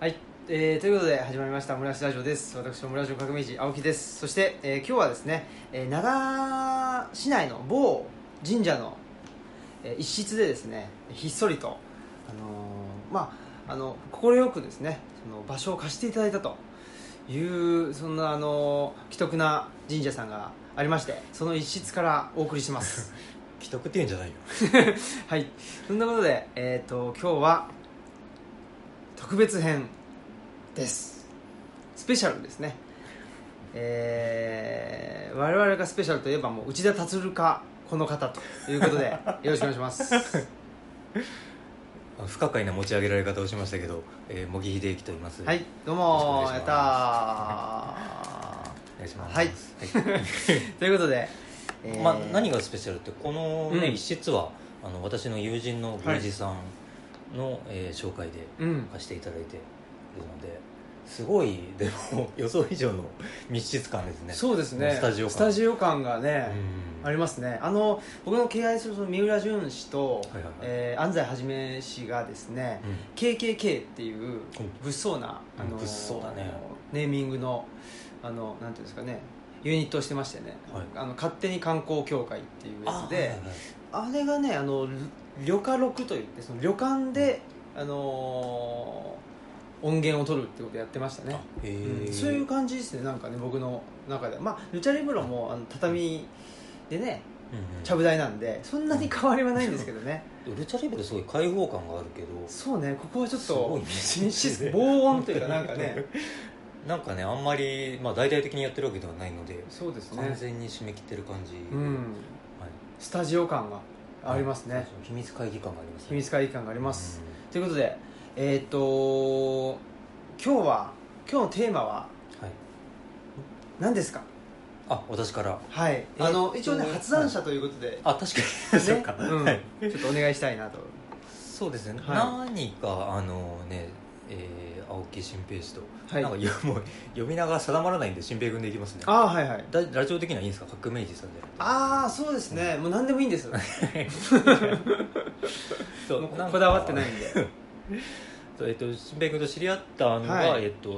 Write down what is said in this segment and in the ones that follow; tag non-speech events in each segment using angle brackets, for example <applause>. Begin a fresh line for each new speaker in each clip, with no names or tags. はい、えーということで始まりましたオムライスラジオです私オムラジオ革命児青木ですそして、えー今日はですね、えー長市内の某神社の、えー一室でですねひっそりと、あのーまああの快くですねその場所を貸していただいたというそんな、あのー奇特な神社さんがありましてその一室からお送りします
既得っていうんじゃないよ
はいそんなことで、えー、と今日は特別編ですスペシャルですねえー、我々がスペシャルといえばもう内田達郎かこの方ということでよろしくお願いし
<laughs>
ます
あ不可解な持ち上げられ方をしましたけど、えー、茂木秀之と言います
はいどう
よ
も
ろ
や
し
っ
くお願いしま
た
すお願いします
はい、ーということで、えー
まあ、何がスペシャルってこの、ね
うん
一室はあの私の友人の宮司さんの、えー紹介で
うん
貸していただいているのですごいでも予想以上の密室感ですね
そうですね
スタジオ感
感がね、
うん
ありますねあの僕の敬愛するその三浦淳氏と、
はいはいはい
えー安西はじめ氏がですね、KKK っていう物騒な、
うん物騒だね
ネーミングのあのなんていうんですかねユニットをしてましてね、
はい
あの勝手に観光協会っていうやつ
はいは
で
いはい
あ,、れがねあの旅家録といってその旅館で、あのー音源を取るってことやってましたね
あ、へ
うん
ー
そういう感じですねなんかね僕の中でまあルチャリブロもあの畳でね
うんうん
ちゃぶ台なんでそんなに変わりはないんですけどね、
ウルチャレベルすごい開放感があるけど
そうねここはちょっ
すごい
と
密
密室
室で
防音というかなんかね
<laughs> なんかねあんまり、まあ、大々的にやってるわけではないので
そうですね
完全に締め切ってる感じ、
うん、
はい
スタジオ感がありますね、
はいそうそう秘密会議感がありますね
秘密会議感があり
あ
ます、、ということでえーっ、と今日は今日のテーマは
うんはい、
何ですか
あ私から
はい
えー
あの一応ね
はい
発案者ということで、
あ確かに <laughs> そうか、
ねうん
はい
ちょっとお願いしたいなと
そうですね、
は
何かあのね、えー、青木新平氏と、
はい
なんかよ <laughs> もう読み名が定まらないんで新平君でいきますね
ああはいはい
だラジオ的にはいいんですか革命児さんで
ああそうですね、もう何でもいいんですよ
そう
もう
なんか
こだわってないんで
えっと、新平君と知り合ったのが、
はい
えっと、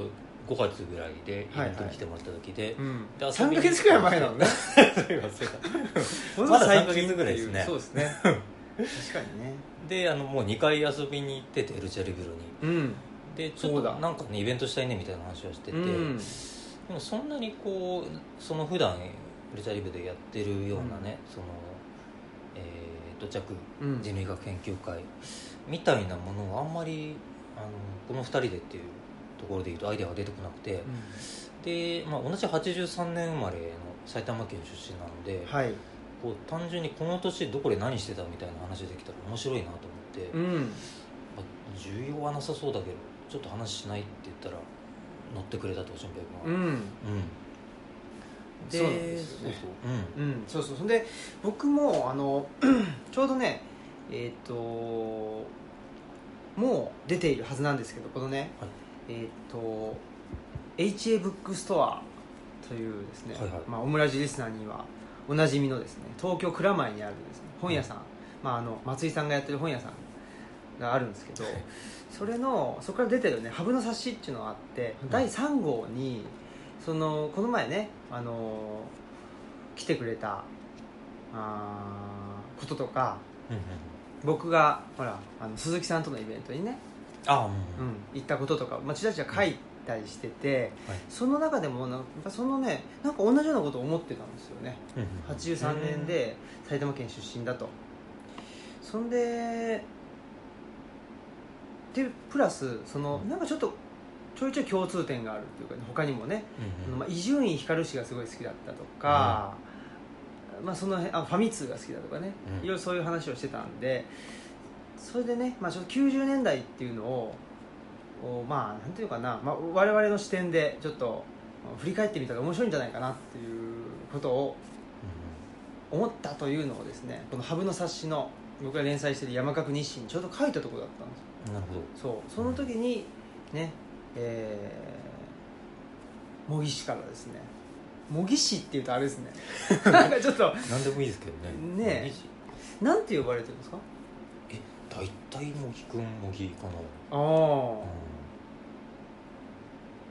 5月ぐらいでイベ
はい
ントに来てもらった時
<laughs>
で、
うん
で遊
3
びに
ヶ月くらい前なのね
そういえばそういえば
ま
まだ
最
3
近
ヶ月ぐらいですね
そうですね <laughs> 確かにね
であのもう2回遊びに行っててルチャリブロに
うん
でちょっ
そう
と
だ
なんかねイベントしたいねみたいな話をしてて、
うん
でもそんなにこうその普段ルチャリブでやってるようなね、その、えー、土着
うん
人類学研究会みたいなものをあんまりあのこの2人でっていうところでいうとアイデアが出てこなくて、で、まあ、同じ83年生まれの埼玉県出身なので、
はい
こう単純にこの年どこで何してたみたいな話できたら面白いなと思って。
うん
あ重要はなさそうだけどちょっと話しないって言ったら乗ってくれたと俊平
う
君
ん
はうん、
そうなんですよね
そうそううん
うん、そうそうそんで僕もあの <clears throat> ちょうどねえっ、ともう出ているはずなんですけどこのね、
はい
えっ、と HA ブックストアというですね、
はいはい
まあ、オムラジリスナーにはおなじみのですね東京蔵前にあるです、ね、本屋さん、まあ、あの松井さんがやってる本屋さんがあるんですけ
<laughs>
ど、
はい
それのそこから出てるねハブの冊子っていうのがあって、
うん
第3号にそのこの前ねあの来てくれたあーこととか
うんうん
僕がほらあの鈴木さんとのイベントにね、
あうん
う
うん
ん、行ったこととか私たちは書いたりしてて、
はい
その中でもなんかそのねなんか同じようなことを思ってたんですよね
うんうん
83年で埼玉県出身だとそんででプラスそのなんかちょっとちょいちょい共通点があるっていうか、ね、他にもね
うんうん
まあ伊集院光氏がすごい好きだったとか、まあ、その辺あファミ通が好きだとかね、
うん
いろいろそういう話をしてたんでそれでね、まあ、ちょっと90年代っていうのをこうまあなんていうかな、まあ、我々の視点でちょっと振り返ってみたら面白いんじゃないかなっていうことを思ったというのをですねこの羽生の冊子の僕が連載してる「山角日誌」にちょうど書いたところだったんですよ
うんなるほど
そうその時にねえー模擬市からですね模擬市っていうとあれです <laughs> ねなんかちょっと
何でもいいですけどね
ねえ
いいし
なんて呼ばれてるんですか
え大体茂木君茂木かな
ああ、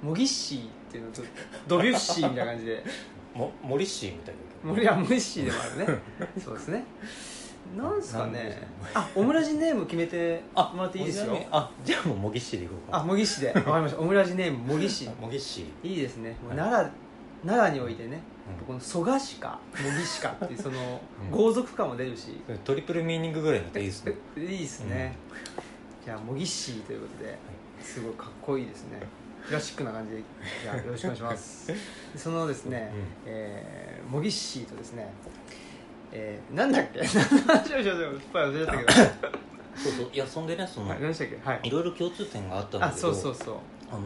う
モギッシーっていうのとドビュッシーみたいな感 <laughs> じで
もモリッシーみたいな
モリはモギッシーでもあるねそうですねなんすかねあオムラジネーム決めて
あ
もらっていいですよ
モリッシーあじゃあもうモギッシーでいこうか
あモギッシーでわかりましたオムラジネームモギッシー
モギッシー
いいですねもう
はい
奈良奈良においてね
う
こ
ん
の蘇我氏か茂木氏かっていうその
うん
豪族感も出るし、
トリプルミーニングぐらいになったらいいですね
えいいですね、じゃあ茂木氏ということですごいかっこいいですねクラシックな感じでじゃあよろしくお願いしますそのですね
うん
えー茂木氏とですねえー、なんだっけ <laughs> 何の話をしようと思ったかすっぱい忘れちゃったけど
そうそういやそんでねその、
はい何でしたっけはい
いろいろ共通点があったんだ
あ
けど
そうそうそう
あの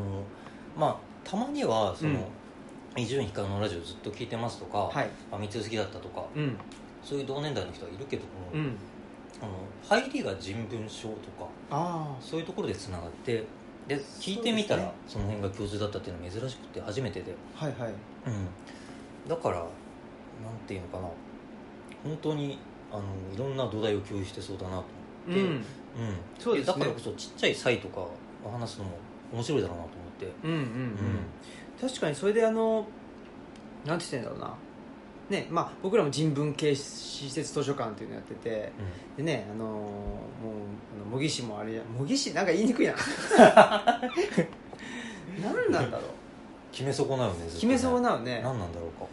まあたまにはその伊集院光のラジオずっと聞いてますとか、
はい
あ三つ好きだったとか
うん
そういう同年代の人はいるけども、
うん
あの入りが人文章とか
ああ
そういうところでつながってで聞いてみたら
そう
そ,、の辺が教授だったっていうのは珍しくて初めてで、
はいはい
うん、だからなんていうのかな本当にあのいろんな土台を共有してそうだなと思
う
って、
ん
うん
そうですね
だからこそちっちゃい歳とかを話すのも面白いだろうなと思って、
うんうんうん確かにそれであのなんて言ってんだろうなねまあ僕らも人文系施設図書館っていうのやってて
うん
でねあのーもうあの模擬市もあれじゃ模擬市なんか言いにくいな <laughs> 何なんだろう
決め損なよねずっと
決めそう
ね
なのね
何なんだろうか、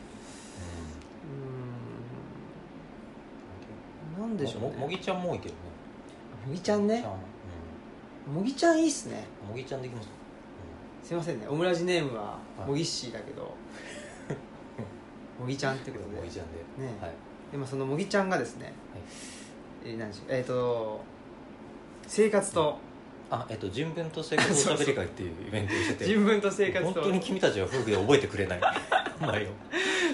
うーんなん
うん、
でしょうね
ももぎちゃんも多いけどね
もぎちゃんねもぎちゃんいいっすね
うん、もぎちゃんできますか、
すいませんねオムラジネームは
はい
もぎっしーだけ
<laughs>
どもぎちゃんって
うん、
ことで
もぎちゃんで、
ね
はい
でもその茂木ちゃんがですね、えー何でしょうえっ、と生活と
あえっと人文と生活おしゃべり会っていうイベントをして
<laughs>
て
人文と生活
本
と
当に君たちは夫婦で覚えてくれない
<laughs>
前を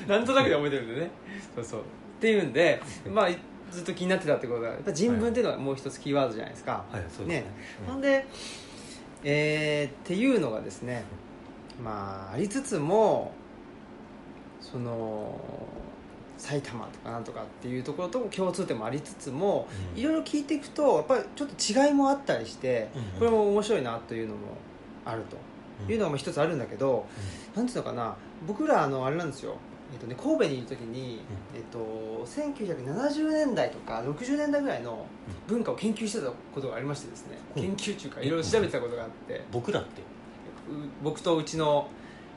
なんとなくで覚えてるんでねそうそうっていうんでまあずっと気になってたってことがやっぱ人文っていうのはもう一つキーワードじゃないですか、
はいそうですね
ね
うん
なんでえーっていうのがですねまあありつつもその埼玉とかなんとかっていうところと共通点もありつつも、
うん
いろいろ聞いていくとやっぱりちょっと違いもあったりして
うんうん
これも面白いなというのもある
うん
というのも一つあるんだけどなんていうのかな僕らあのあれなんですよえっとね、神戸にいる時に、えっと、1970年代とか60年代ぐらいの文化を研究してたことがありましてですね、
う
研
ん
究中かいろいろ調べてたことがあって、
僕らって
う僕とうちの、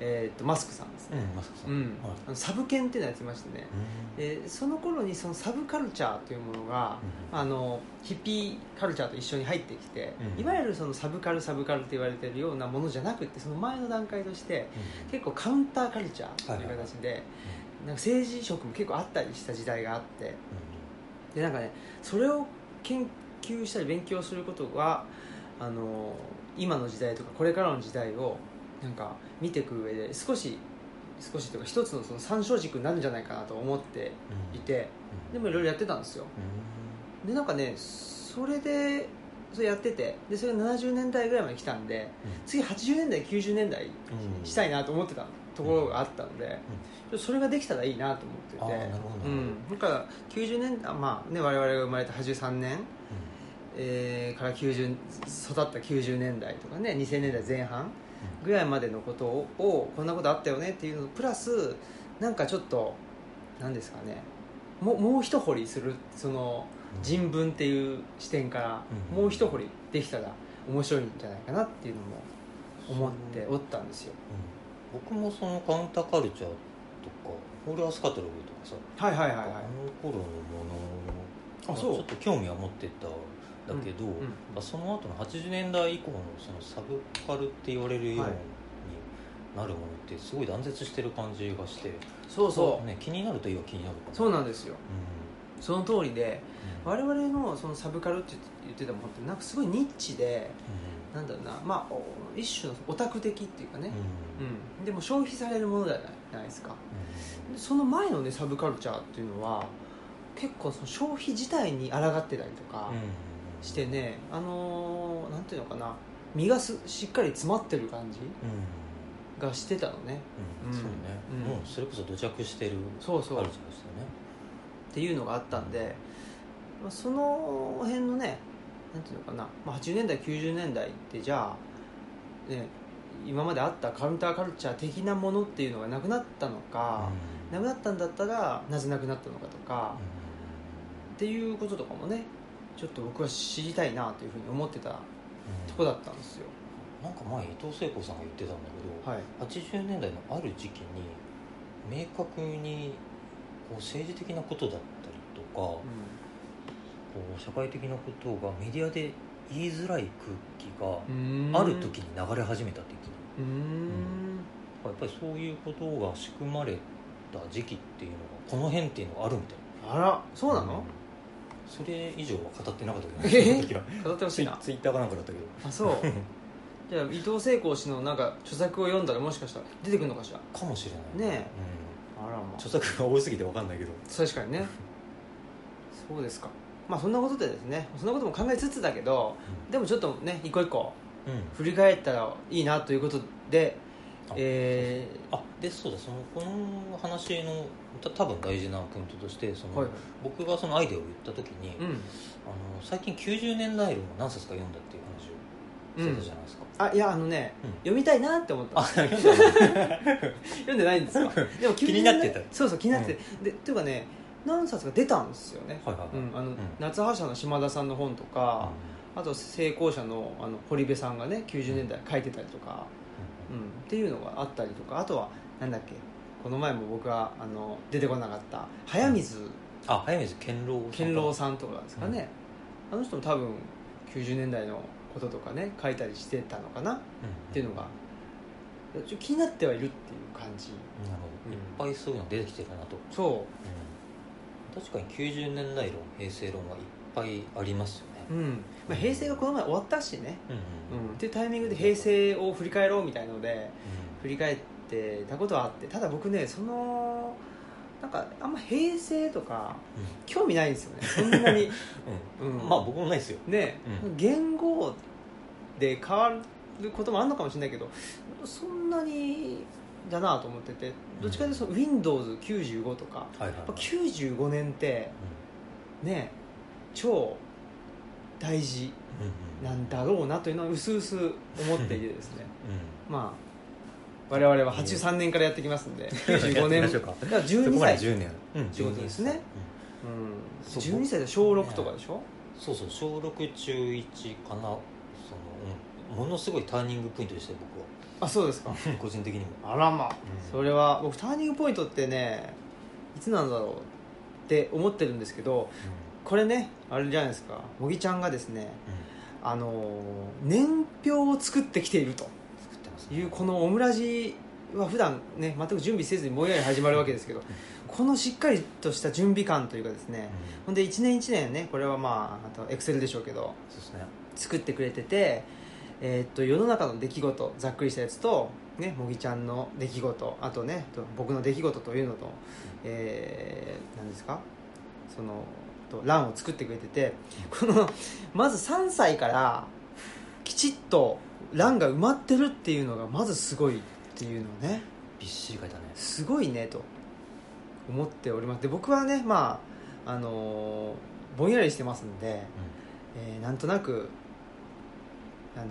えっと、マスクさんです
う
ね、
んマスクさ
うんん
はい
あのサブ研っていうのやってましてね、
うん
でその頃にそのサブカルチャーというものが、
うん
あのヒッピーカルチャーと一緒に入ってきて、
うん
いわゆるそのサブカルサブカルと言われてるようなものじゃなくてその前の段階として
うん
結構カウンターカルチャーという
はいはいはい
形で、なんか政治色も結構あったりした時代があってでなんかねそれを研究したり勉強することがあの今の時代とかこれからの時代をなんか見ていく上で少し少しというか一つのその参照軸になるんじゃないかなと思って
うんうん
いてでもいろいろやってたんですよ
う
でなんかねそれでそれやっててでそれが70年代ぐらいまで来たんで、
うん
次80年代90年代
んうん
したいなと思ってたところがあったので、それができたらいいなと思って
あー
て
なるほど
うん、だから90年あまあね我々が生まれた83年、えーから90育った90年代とかね2000年代前半ぐらいまでのことををこんなことあったよねっていうのプラスなんかちょっと何ですかねもうもう一掘りするその
うん
人文っていう視点から
うん
もう一掘りできたら面白いんじゃないかなっていうのも思っておったんですよ
うん僕もそのカウンターカルチャーとかホールアスカトログとかさ
はいはいはい
あの頃のものまあちょっと興味は持ってたんだけど、
うんうん
まあその後の80年代以降のそのサブカルって言われるように
はい
なるものってすごい断絶してる感じがして
そうそう
ね、気になるといえば気になるか
そうなんんですよその通りで我々のそのサブカルって言ってたものってなんかすごいニッチでなんだろうなまあお一種のオタク的っていうかねうんでも消費されるものじゃないないですかでその前のねサブカルチャーっていうのは結構その消費自体に抗ってたりとか、してねあのーなんていうのかな身がすしっかり詰まってる感じ
うんうん
がしてたのね
うんそうね、
うん
もうそれこそ土着してる
そう
カ
そう
ル
っ
チャーですよね
ていうのがあったんで、まあ、その辺のねなんていうのかな、まあ、80年代90年代ってじゃあ、ね、今まであったカウンターカルチャー的なものっていうのがなくなったのか、なくなったんだったらなぜなくなったのかとか、っていうこととかもねちょっと僕は知りたいなというふうに思ってたとこだったんですよ、
なんか前伊藤聖子さんが言ってたんだけど、
はい
80年代のある時期に明確にこう政治的なことだったりとか、こう社会的なことがメディアで言いづらい空
う
気
ん
がある時に流れ始めたって言ってた
うーん
やっぱりそういうことが仕組まれた時期っていうのがこの辺っていうのがあるみたいな
あらそうなの、
それ以上は語ってなかった
え
けどその時は
語ってほし
ツ
い
イ
な
ツイッターかなんかだったけど
あ <laughs> そうじゃあ伊藤聖光氏のなんか著作を読んだらもしかしたら出てくるのかしら
かもしれない
ねあらま
うん、著作が多すぎて分かんないけど
確かにね <laughs> そうですかまあそんなことでですねそんなことも考えつつだけどでもちょっとね一個一個
うん、うん
振り返ったらいいなということで
あ
え
あでそうだそのこの話のた多分大事なポイントとしてそ
ー
の、
はい
僕がそのアイデアを言った時に、
う
あの
ん
最近90年代論を何冊か読んだっていう話をしてたじゃないですか、
あいやあのね、
うん
読みたいなって思った
あ読んだの
読んでないん
<laughs>
ですか <laughs> でも
気になってた
そうそう気になってて、でというかね何冊か出たんですよね、
はいはいはい、
うんあの
ん
夏葉社の島田さんの本とか、あと成功者のあの堀部さんがね90年代書いてたりとか、うん、っていうのがあったりとかあとはなんだっけこの前も僕はあの出てこなかった早水
あ早水健郎さんか
健郎さんとかですかね、あの人も多分90年代のこととかね書いたりしてたのかなっ
うん
ていうのがちょ気になってはいるっていう感じ
なるほどいっぱいそういうの出てきてるなと、
そ
確かに90年代論平成論はいっぱいありますよね
う、うんまあ、平成がこの前終わったしね、
うん
うん、っていうタイミングで平成を振り返ろうみたいので振り返ってたことはあってただ僕ねそのなんかあんま平成とか興味ないんです
<laughs>
よねそんなに、う
うん
ん、
まあ僕もないですよ
ね、
う
言語で変わることもあるのかもしれないけどそんなにだなと思っててどっちかというとその Windows95 とか
はいはい
やっぱ95年ってね超大事なんだろうなというのは薄々思っていてですねまあ我々は83年 <laughs> からやってきますんで95年だ
やってみましょう
か
からそ
12
こまで
歳、
10年うん
12ですねうん、
そう
12歳で小6とかでしょ、
そうそう小6中1かなそのうんものすごいターニングポイントでしたよ
あそうですか
僕は <laughs> 個人的にも
あらまあ、
うん
それは僕ターニングポイントってねいつなんだろうって思ってるんですけどこれねあれじゃないですか茂木ちゃんがですねあのー年表を作ってきていると
作ってます
いうこのオムラジは普段ね全く準備せずにぼんやり始まるわけですけどこのしっかりとした準備感というかですねほんで1年1年ねこれはまああとエクセルでしょうけど
そうですね
作ってくれてて、えーっと世の中の出来事ざっくりしたやつと、ね、もぎちゃんの出来事あとねと僕の出来事というのと、えー、何ですかそのと欄を作ってくれててこのまず3歳からきちっと欄が埋まってるっていうのがまずすごいっていうのをね
びっしり書いたね
すごいねと思っておりますで僕はねまああのーぼんやりしてますんで、えーなんとなく、あのー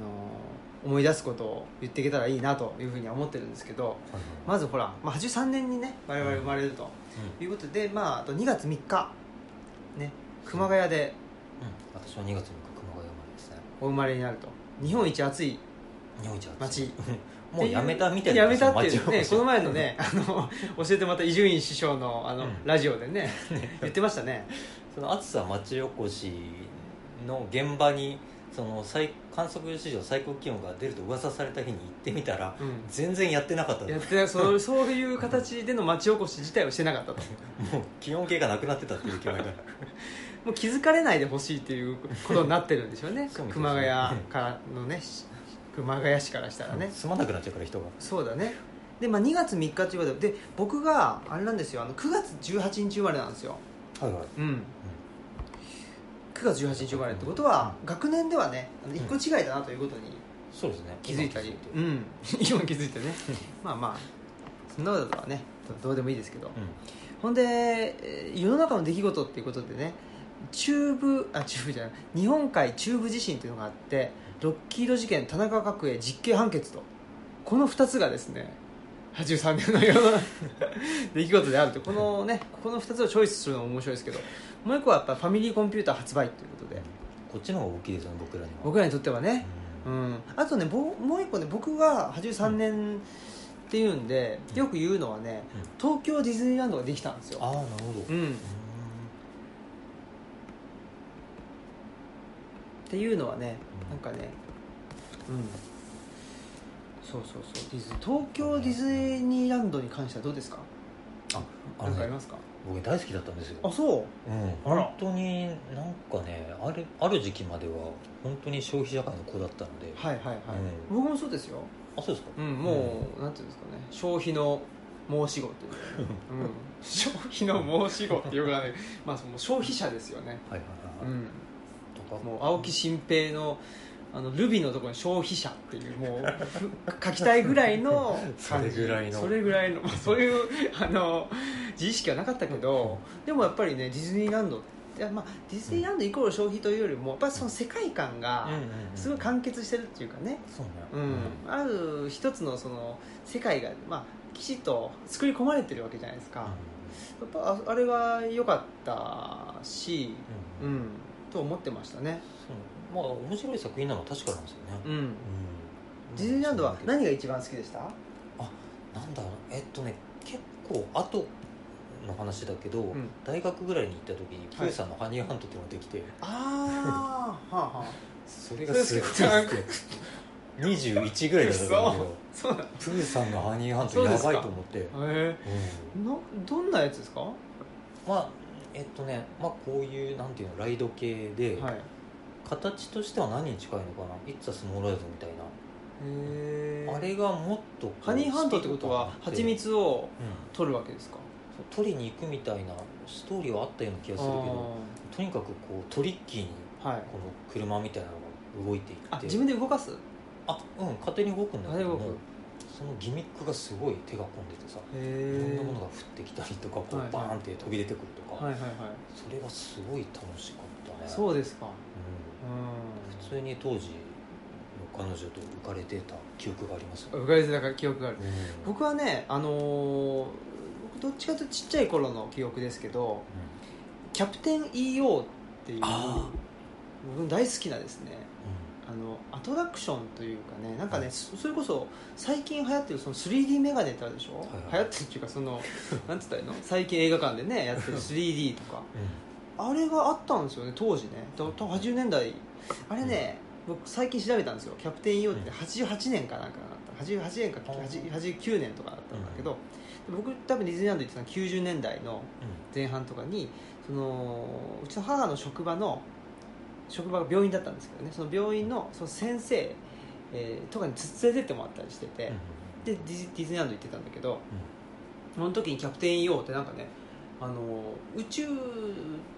思い出すことを言っていけたらいいなというふうには思ってるんですけどまずほら、まあ、83年にね我々生まれるということで、まあ、あと2月3日、ね、熊谷で
うん私は2月3日熊谷生まれですね
お生まれになると日本一暑い
日本一暑い
街
<laughs> もうやめたみたいな
やめたってい
その
うねこ
街を
の前のねあの教えてもらった伊集院師匠のあの、
うん
ラジオで
<laughs>
ね言ってましたね
その暑さ町おこしの現場にその最観測史上最高気温が出ると噂された日に行ってみたら
うん
全然やってなかったん
や
だ
ってそうそういう形での町おこし自体をしてなかったと
もう気温計がなくなってたっていう
<laughs>
気前が
もう気づかれないでほしいっていうことになってるんでしょうね
そうみたい
熊
ですね
谷からのねし熊谷市からしたらね
住まなくなっちゃうから人が
そうだねで、まあ、2月3日ということでで僕があれなんですよあの9月18日生まれなんですよ
はいはい
うん9月18日生まれってことは学年ではねあの1個違いだなということに
そうですね
気づいたり
今、
うん <laughs> 今気づいてねまあまあそんなことはねどうでもいいですけどほんでえー世の中の出来事っていうことでね中部あ中部じゃない日本海中部地震っていうのがあってロッキード事件田中角栄実刑判決とこの2つがですね83年の
<laughs>
世の出来事であるとこのねこの2つをチョイスするのも面白いですけどもう一個はやっぱファミリーコンピューター発売ということで
こっちの方が大きいですね僕らには
僕らにとってはね、う
うん
ん、あとねぼもう一個ね僕が83年っていうんで、
うん
よく言うのはね
うん
東京ディズニーランドができたんですよ、
ああなるほど、
う
うん
ん、っていうのはね
うん
なんかねうんそうそうそうディズ東京ディズニーランドに関してはどうですか
あ
何かあ
の
り
ね
ますか
僕大好きだったんですよ
あそう
うん、
あら
本当になんかねあれある時期までは本当に消費社会の子だったので
はいはいはい、
うん
僕もそうですよ
あそうですか、
うんもう、なんていうんですかね消費の申し子っていう
<laughs>
か、うん、消費の申し子ってよくわかんないまあその消費者ですよね
はいは
う
いはい、
ん
とか
もう青木新平のあのルビのところに消費者っていうもうふ <laughs> 書きたいぐらいの感じ
それぐらいの
それぐらいのまあそういうあの自意識はなかったけどでもやっぱりねディズニーランドいやまあ、ディズニーランドイコール消費というよりもやっぱりその世界観が
うんうんうん
すごい完結してるっていうかね、
そうね
うんある一つのその世界が、まあ、きちっと作り込まれてるわけじゃないですか、やっぱああれは良かったし、
うん
う
うん
ん、と思ってましたね、
そうまあ面白い作品なのは確かなんですよね、
う
うん
ん、ディズニーランドは
そうだけ
何が一番好きでした
どなんだろうえっとね結構後の話だけど、
ん
大学ぐらいに行った時にプ
はい
ーさんの「ハニーハント」っていうのができて、
ああはあはあ
それがすごい好きで21ぐらいだったんだけど
そうなんへ
プーさんの「ハニーハント」やばいと思って、
え
うん
のどんなやつですかは
まあえっとね、まあ、こういうなんていうのライド系で、
いへ
形としては何に近いのかな「イッツ・ア・スモール・ライド」みたいな、
え
あれがもっとこう
ハニーハントってことは
スピード感あって
蜂蜜を
うん
取るわけですか
そう取りに行くみたいなストーリーはあったような気がするけどとにかくこうトリッキーに
あーはい
この車みたいなのが動いていって
あ自分で動かす
あうん勝手に動くんだけど
あれ動
も
く
そのギミックがすごい手が込んでてさ
へ
いろん
え
なものが降ってきたりとかこう
はいはい
バーンって飛び出てくるとか、
はいはいはい
それがすごい楽しかったね
そうですか
うん
うん
普通に当時の彼女と浮かれてた記憶があります、
浮かれてた記憶がある
うん
僕はねあのー僕どっちかというとちっちゃい頃の記憶ですけど
う
キャプテン EO っていう
あ
僕大好きなですね
ん
あのアトラクションというかねなんかね、
はい
そそれこそ最近流行ってるその 3D メガネってあるでしょ、
はいはい
流行ってるっていうか
<laughs>
そのなんつったらいいの最近映画館でねやってる 3D とかあれがあったんですよね当時ねとと80年代あれね、僕最近調べたんですよキャプテン EO って
うん
88年かなんかだった88年か
あー
89年とかだったんだけど、で僕多分ディズニーランド行ってたの90年代の前半とかにそのうちの母の職場の職場が病院だったんですけどねその病院のその先生、えーとかに連れてってもらったりしてて、でディズディズニーランド行ってたんだけど、その時に「キャプテン EO」ってなんかねあの宇宙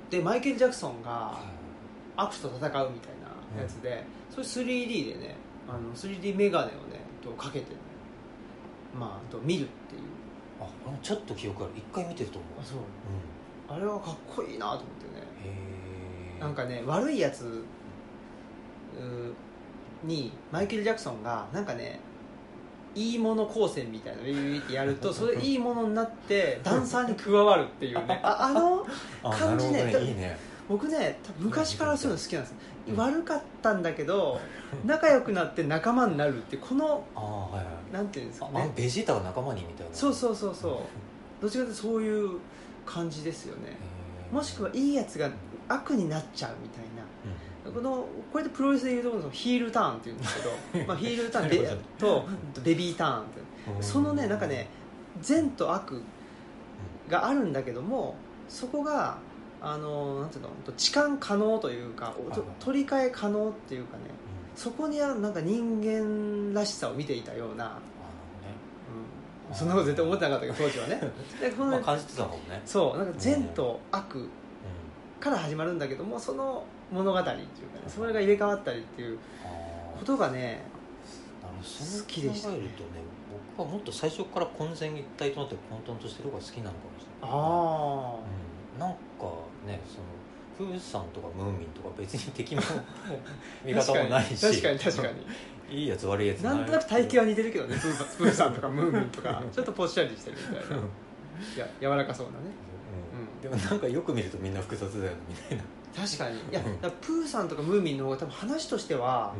でマイケル・ジャクソンが悪と戦うみたいなやつで、それ 3D でねあの 3D メガネをねとかけて、ね、まあ、と見るっていう
ああのちょっと記憶ある一回見てると思う、
そう
う
あれはかっこいいなと思ってね
ん、へえ
なんかね悪いやつうーにマイケル・ジャクソンがなんかねいいもの光線みたいなのをビビビってやる
<laughs>
とそれいいものになってダンサーに加わるっていうねああの
<laughs> あ
感じね
なるほどねいいね
僕ね多分昔からそういうの好きなんです、
うん
悪かったんだけど仲良くなって仲間になるってこの
ああはいはい
なんていうんです
あ
か
あの
ね
ベジータが仲間にみたいな
そう
う
そうそうそうどっちかというとそういう感じですよねもしくはいいやつが悪になっちゃうみたいなこのこれでプロレスでいうところのヒールターンっていうんですけど
<laughs>
まあヒールターンで
なる
とベビーターンってそのねなんかね善と悪があるんだけどもそこがあのなんていうの痴漢可能というか
いはい
と取り替え可能っていうかねそこにあるなんか人間らしさを見ていたような、うん、そんなこと絶対思ってなかったけど当時は
<laughs>
ねでこ
うん
の
まあ感じてたもんね
そうなんか善と悪から始まるんだけどもその物語っていうかねそれが入れ替わったりっていう
うんあー
ことがね
あの
好きでした
そう考えるとね僕はもっと最初から混然一体となって混沌としてる方が好きなのかもしれない
あ
うん、なんかね
<laughs>
そのプーさんとかムーミンとか別に敵も味方もないし
確かに確かに確かに
いいやつ悪いやつ
なんとなく体型
は
は似てるけどね <laughs> プーさんプーさんとかムーミンとかちょっとぽっしゃりしてるみたいなや柔らかそうなねうん
でもなんかよく見るとみんな複雑だよねみたいな、
確かにいやだからプーさんとかムーミンの方が多分話としては、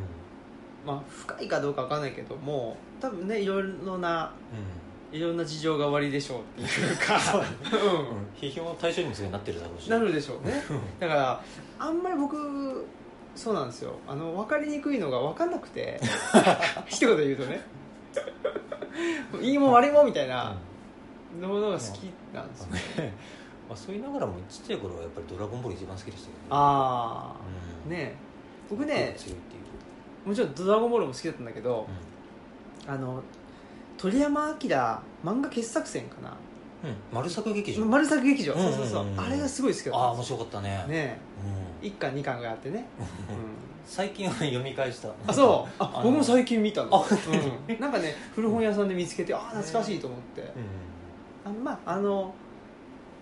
まあ、深いかどうかわかんないけども多分ねいろいろないろんな事情がおありでしょうっていうか
うん
う
批評の対象にもすごいなってるだろうんし
な
うん
るでしょうねだからあんまり僕そうなんですよあの分かりにくいのが分かんなく
<laughs>
て一言言うとねいいも悪いもみたいなのものが好きなんですよ、
まあ、そう言いながらもちっちゃい頃はやっぱり「ドラゴンボール」一番好きでしたけどね
ああ
うん
ね僕ね
強いっていう
もちろん「ドラゴンボール」も好きだったんだけど、あの鳥山明漫画傑作選かな
うん、うん、丸作劇場、
丸作劇場、
うんうんうん
そうそうそうあれがすごい好きだった
あ
ん
あ面
です
白かったね
よね
うん
1巻2巻があ
<laughs>
ってね、うん
最近は読み返した
あそうあ
あの
僕も最近見たの
あ
うんなんかね古本屋さんで見つけてああ懐かしいと思って、
うん
あまああの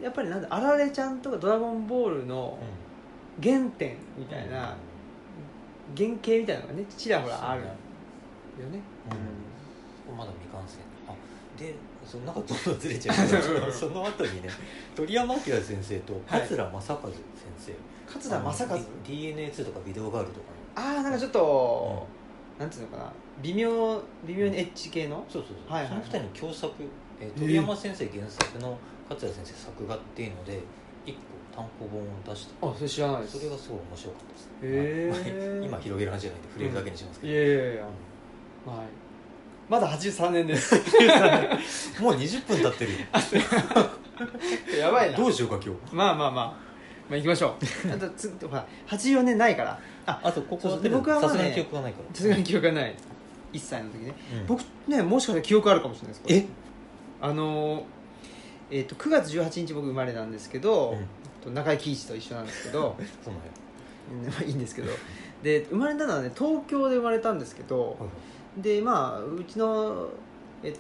やっぱりなんだあられちゃんとか「ドラゴンボール」の原点みたいな、原型みたいなのがねちらほらあるよね、
うんまだ未完成あでそのなんかどんどんずれちゃうけど <laughs> その後にね鳥山明先生と桂正和先生、
勝田正和
d n a 2とかビデオガールとかの
ああなんかちょっと、なんていうのかな微妙微妙にエッジ系の
そうそうそう、
はいはい
そ
は
の
い
二人の共作、えー鳥山先生原作の桂先生作画っていうので一個単行本を出した
あそれ知らないです
それがすごい面白かったです、
へ
ま
ー
あ今広げる話じゃないんで触れるだけにしますけ
い
ど、
やいやいやはいまだ83年です
もう20分経ってるよ
<laughs> やばいな
どうしようか今日
まあまあまあまあ行きましょう <laughs> あとつほら84年ないからあ
あとここ
そう
でも
僕はまあ
さ
ね
すがに記憶がないか
さすがに記憶がない1歳の時ね
ら、うん
僕ねもしかしたら記憶あるかもしれないですこれ
え
あのーえっと9月18日僕生まれなんですけど、
うん
と中井貴一と一緒なんですけど <laughs>
そうなん
うん
や
まあいいんですけどで生まれたのはね東京で生まれたんですけど、でまあうちのえっと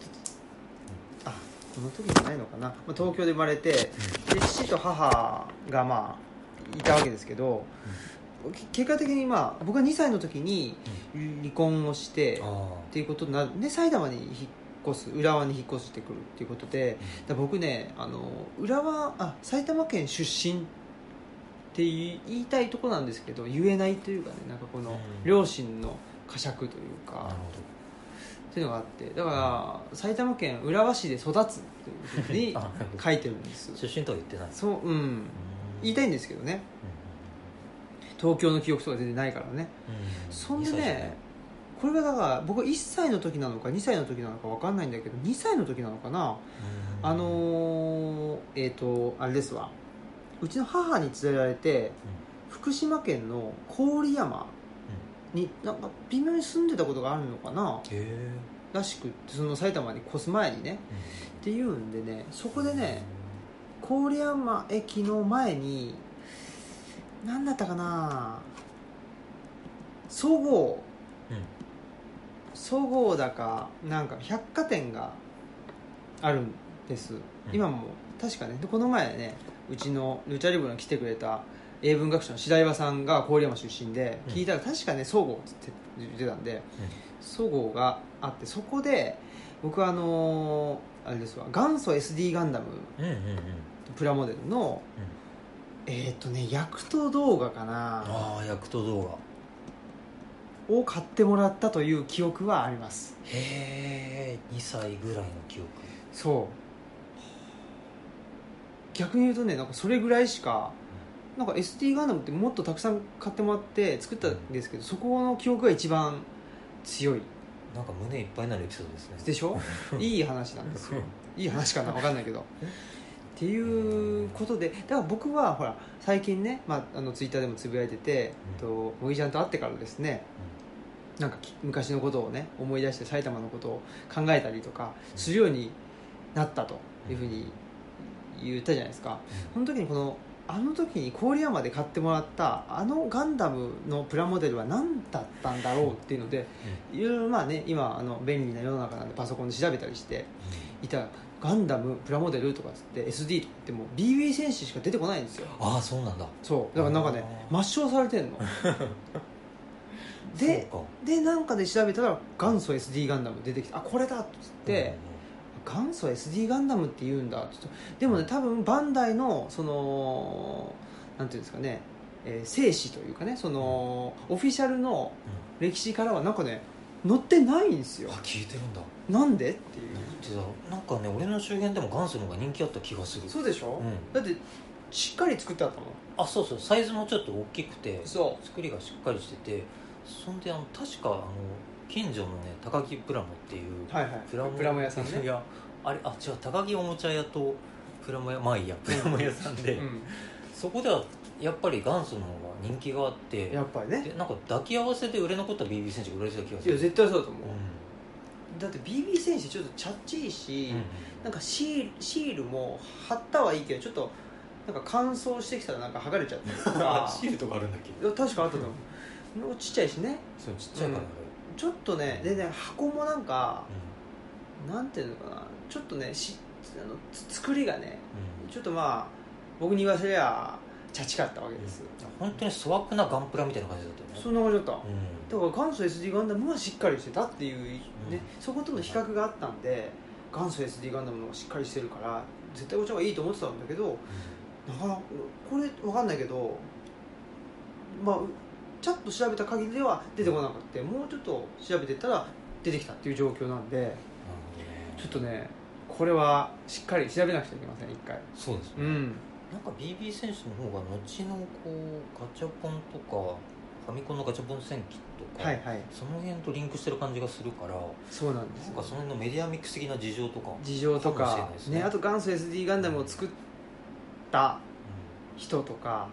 あこの時じゃないのかな、まあ、東京で生まれてで父と母がまあいたわけですけど、け結果的にまあ僕が2歳の時に離婚をして、
ああ
っていうことになるで埼玉に引っ越す浦和に引っ越してくるっていうことでだから僕ねあの浦和あ埼玉県出身って言い言いたいとこなんですけど言えないというかねなんかこ
うん
の両親の呵責という
なる
か
ほ
っていうのがあってだから埼玉県浦和市で育つというふうに
<laughs> あ
書いてるんです
ど出身とは言ってないです
そううん言いたいんですけどね東京の記憶とか全然ないからねそんでねこれがだから僕1歳の時なのか2歳の時なのか分かんないんだけど2歳の時なのかなあのー、えっ、とあれですわうちの母に連れられて、福島県の郡山になんか微妙に住んでたことがあるのかな
へえ
らしくってその埼玉に越す前にねっていうんでねそこでね郡山駅の前に何だったかな総合、
うん
総合だかなんか百貨店があるんです、今も確かねでこの前ねうちのルチャリブロに来てくれた英文学者の白岩さんが郡山出身で、
うん
聞いたら確かね総合って言ってたんで、総合があってそこで僕はあのーあれですわ元祖 SD ガンダム
うんうんうん
プラモデルの、えーっ、とね薬刀動画かな
ああ役と動画
を買ってもらったという記憶はあります
へえ2歳ぐらいの記憶
そう逆に言うとねなんかそれぐらいしかなんか ST ガンダムってもっとたくさん買ってもらって作ったんですけどそこの記憶が一番強い
なんか胸いっぱいになるエピソードですね
でし <laughs> ょいい話なんですよいい話かな分かんないけどっていうことでだから僕はほら最近ね、まあ、あのツイッターでもつぶやいてて、
うん
と茂木ちゃんと会ってからですね、なんかき昔のことをね思い出して埼玉のことを考えたりとかするようになったというふうに言ったじゃないですか、その時にこのあの時に郡山で買ってもらったあのガンダムのプラモデルは何だったんだろうっていうので、いろいろまあね今あの便利な世の中なんでパソコンで調べたりしていたらガンダムプラモデルとかっつって SD とかってもう BB 戦士しか出てこないんですよ
ああそうなんだ <laughs>
そうだからなんかね
あー
抹消されてんので
そうか
でなんかで調べたら元祖 SD ガンダム出てきてあこれだっつって、元祖 SD ガンダムって言うんだっつってでもね多分バンダイのそのなんていうんですかね、えー、静止というかねそのオフィシャルの
うんうん
歴史からはなんかね載ってないんです
うん
よ
あ聞いてるんだ
なんでってい
なん
う
てだろうなんかね俺の周辺でも元祖の方が人気あった気がする
そうでしょ、
うん
だってしっかり作ってあったもん
あそうそうサイズもちょっと大きくて
そ
作りがしっかりしててそんであの確かあの近所のね高木プラモっていう
はいはい
プラモ
プラモ屋さんね
いやあれあ違う高木おもちゃ屋とプラモ屋まあいいやプラモ屋さんで、
う
そこではやっぱり元祖の方が人気があって
ん、やっぱりね
でなんか抱き合わせで売れ残った BB 選手が売られてた気がす
いや
る
絶対そうだと思
う
う、
ん
だって BB 選手ちょっとチャッチーし、
うん
なんかシールシールも貼ったはいいけどちょっとなんか乾燥してきたらなんか剥がれちゃ <laughs> ったりとか
シールとかあるんだっけ
いや確かあったと思うなんかちっちゃいしね
そうちっちゃいからね、
ちょっとねでね箱もなんか
あれ
なんていうのかなちょっとねしあのつ作りがね
うん
ちょっとまあ僕に言わせりゃチャチかったわけです、
本当に粗悪なガンプラみたいな感じだったよね
そんな感じだった、
うん
だから元祖 SD ガンダムはしっかりしてたっていう、ね
うん
そことの比較があったんで元祖 SD ガンダムの方がしっかりしてるから絶対こっちの方がいいと思ってたんだけどなかなかこれ分かんないけどまあちゃっと調べた限りでは出てこなくてもうちょっと調べてったら出てきたっていう状況なんで
うん
ちょっとねこれはしっかり調べなくちゃいけません一回
そうですね、
うん
なんか BB 選手の方が後のこうガチャポンとかファミコンのガチャポン戦記とか、
はいはい
その辺とリンクしてる感じがするからなん
そうなんです
か
よ
その辺のメディアミックス的な事情とか、うん
事情と
かもしれ
か
ないです
ね
ね
あと元祖 SD ガンダムを作った人とか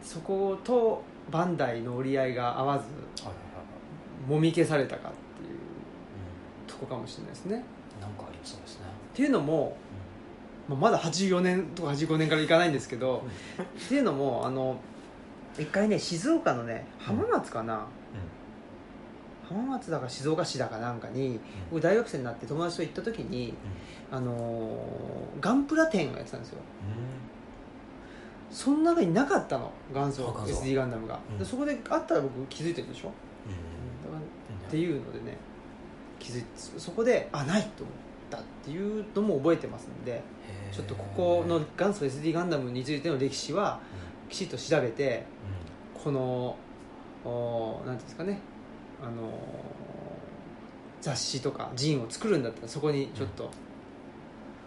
そことバンダイの折り合いが合わず
はいはいはい
もみ消されたかっていうとこかもしれないですね
うんなんかありそうですね、
っていうのも、まあ、まだ84年とか85年からいかないんですけどっていうのもあの一回ね静岡のね浜松かな、浜松だか静岡市だかなんかに僕大学生になって友達と行った時に、あのーガンプラ展をやってたんですよその中になかったの元祖
あ元祖
SD ガンダムが、
うん
でそこであったら僕気づいてるでしょ、
うん
だ
うん
から
うん
っていうのでね気づいてそそこであないと思ったっていうのも覚えてますんで
へー
ちょっとここの元祖 SD ガンダムについての歴史はきちっと調べて
う
このおーなんていうんですかねあのー雑誌とかジンを作るんだったらそこにちょっと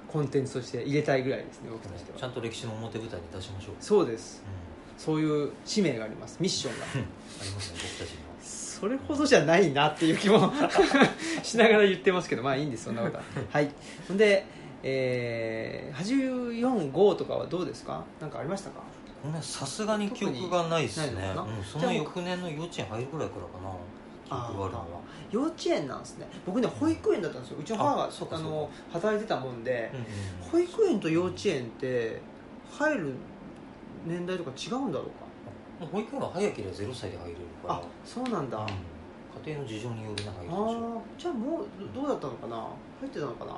コンテンツとして入れたいぐらいですね僕として
んちゃ
は
んと歴史の表舞台に出しましょう、
そうです
うん
そういう使命がありますミッションが
ありますね僕たちには
それほどじゃないなっていう気も <laughs> しながら言ってますけどまあいいんですそんな
<laughs>
ことははいほんで、えー、84号とかはどうですか何かありましたか
これさすがに記憶がないです
特に
ね
ないのかな
うん、その翌年の幼稚園入るぐらいからかな記憶があるのは
幼稚園なんですね僕ね保育園だったんですようちの母が
あそうか
あ
そうか
の働いてたもんで
うんうんうん
保育園と幼稚園って入る年代とか違うんだろう
もう保育園は早ければ0歳で入れるか
からあそうなんだ、
うん
あ
家庭の事情によるな入
あ
るでしょ
ーじゃあもうどどうだったのかな入ってたのかな
うん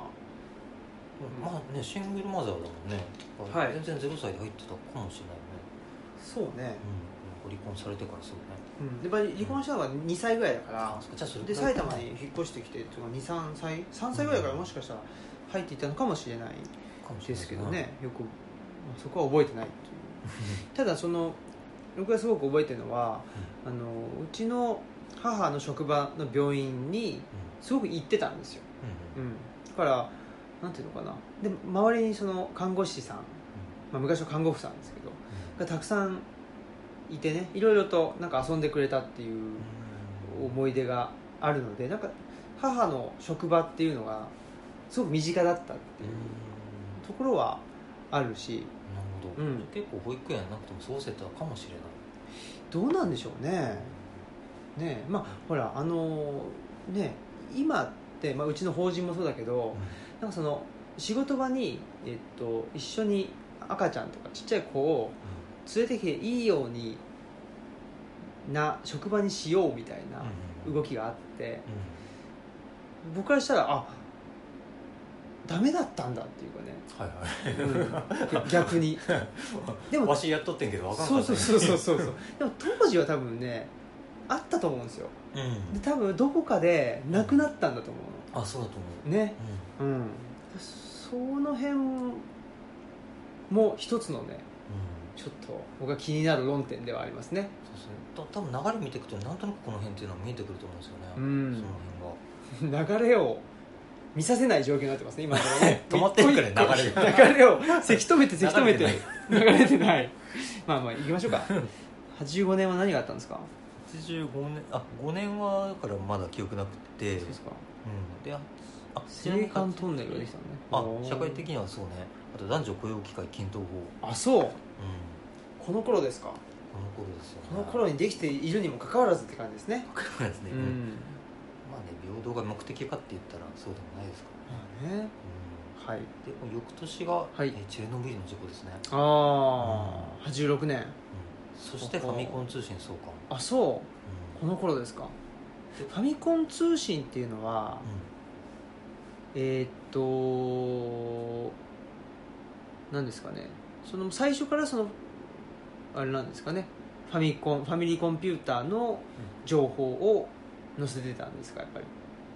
まあねシングルマザーだもんね、
はい
全然0歳で入ってたかもしれないよね、
そうね、
うん、ご離婚されてからすぐね
うん、でやっぱり離婚したのが2歳ぐらいだから、
そっかじゃあそれ
で
くらい
埼玉に引っ越してきて23歳3歳ぐらいからもしかしたら入っていったのかもしれない
かもし
で
れない
す
け
け
ど
どねよく、まあそこは覚えてないっていうただその僕がすごく覚えてるのは、あのうちの母の職場の病院にすごく行ってたんですよ、
うん
う
うんうん
ん、だからなんていうのかなで周りにその看護師さん、まあ、昔は看護婦さんですけどがたくさんいてねいろいろとなんか遊んでくれたっていう思い出があるのでなんか母の職場っていうのがすごく身近だったって
う
い
ん
うところはあるし、
なるほど、
うん
結構保育園なくても過ごせたかもしれない
どうなんでしょうねねえまあほらあのーねえ今って、まあ、うちの法人もそうだけどなんかその仕事場に、えっと、一緒に赤ちゃんとかちっちゃい子を連れてきていいようにな職場にしようみたいな動
き、
きがあって、
うん
僕からしたらあダメだったんだっていうかね
はいはい
うん逆
<laughs>
にでも
わしやっとってんけどわかん
そ
な
う
かった
そうそうそうそうでも当時は多分ねあったと思うんですよ
うん
で多分どこかでなくなったんだと思
あそうだと思
うのね
う、うん
うんその辺も一つのね
うん
ちょっと僕が気になる論点ではありますね
そうですねた多分流れ見ていくとなんとなくこの辺っていうのは見えてくると思うんですよね、
うん
その辺が
流れを見させない状況になってますね今のところね
<laughs> 止まってるからね
一個一個 <laughs> 流れをせき止めてせき止めて流れてないまあまあ行きましょうか85年は何があったんですか
85年あ5年はだからまだ記憶なくて
そうですか
うんでああちなみ
青
に
函トンネルができたのね
あ
おー
社会的にはそうねあと男女雇用機会均等法、うん、
あそうこの頃ですか
この頃ですよね
この
<laughs>
頃にできているにもかかわらずって感じですね
この頃です
う
ね、
ん
まあね平等が目的かって言ったらそうでもないですか
まあね
ら、
はい
うん、で翌年が、
い
えーチェルノブイリの事故ですね、
ああ86年
うん、そしてファミコン通信創刊、
あそううこの頃ですかファミコン通信っていうのは
んうん
えーっと何ですかねその最初からそのあれなんですかねファミコンファミリーコンピューターの情報を載せてたんですかやっぱり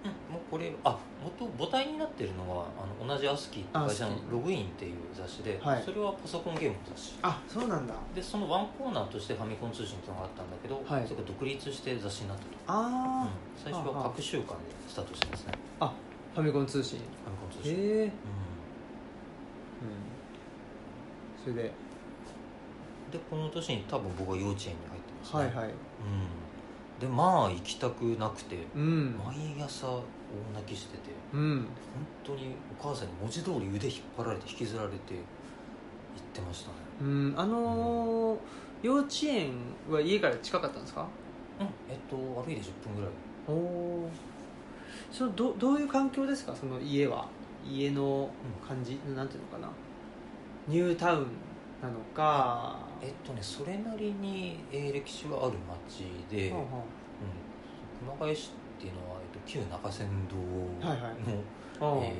うんもうこれあ元母体になってるのはあの同じ ASCII って会社の
ASCII
ログインっていう雑誌で、
はい
それはパソコンゲームの雑誌
あそうなんだ
でそのワンコーナーとしてファミコン通信っていうのがあったんだけど、
はい
それが独立して雑誌になったと、うん
あ、
最初は各週間でスタートしてますね
あ、ファミコン通信へ
ファミコン通信、
え
う
それで
ん、でこの年に多分僕は幼稚園に入ってますね
はいはい
うん、でまあ行きたくなくて
うん
毎朝大泣きしてて
うん
本当にお母さんに文字通り腕引っ張られて引きずられて行ってましたね
うんあのー幼稚園は家から近かったんですか
うんえっと歩いて10分ぐらい
おおそのどどういう環境ですかその家は家の感じ、なんていうのかなニュータウンなのか
えっとねそれなりにえー歴史がある町で、
は
うん
あ、
熊谷市っていうのは、えっと、旧中山道の、
はいはいはあああ
え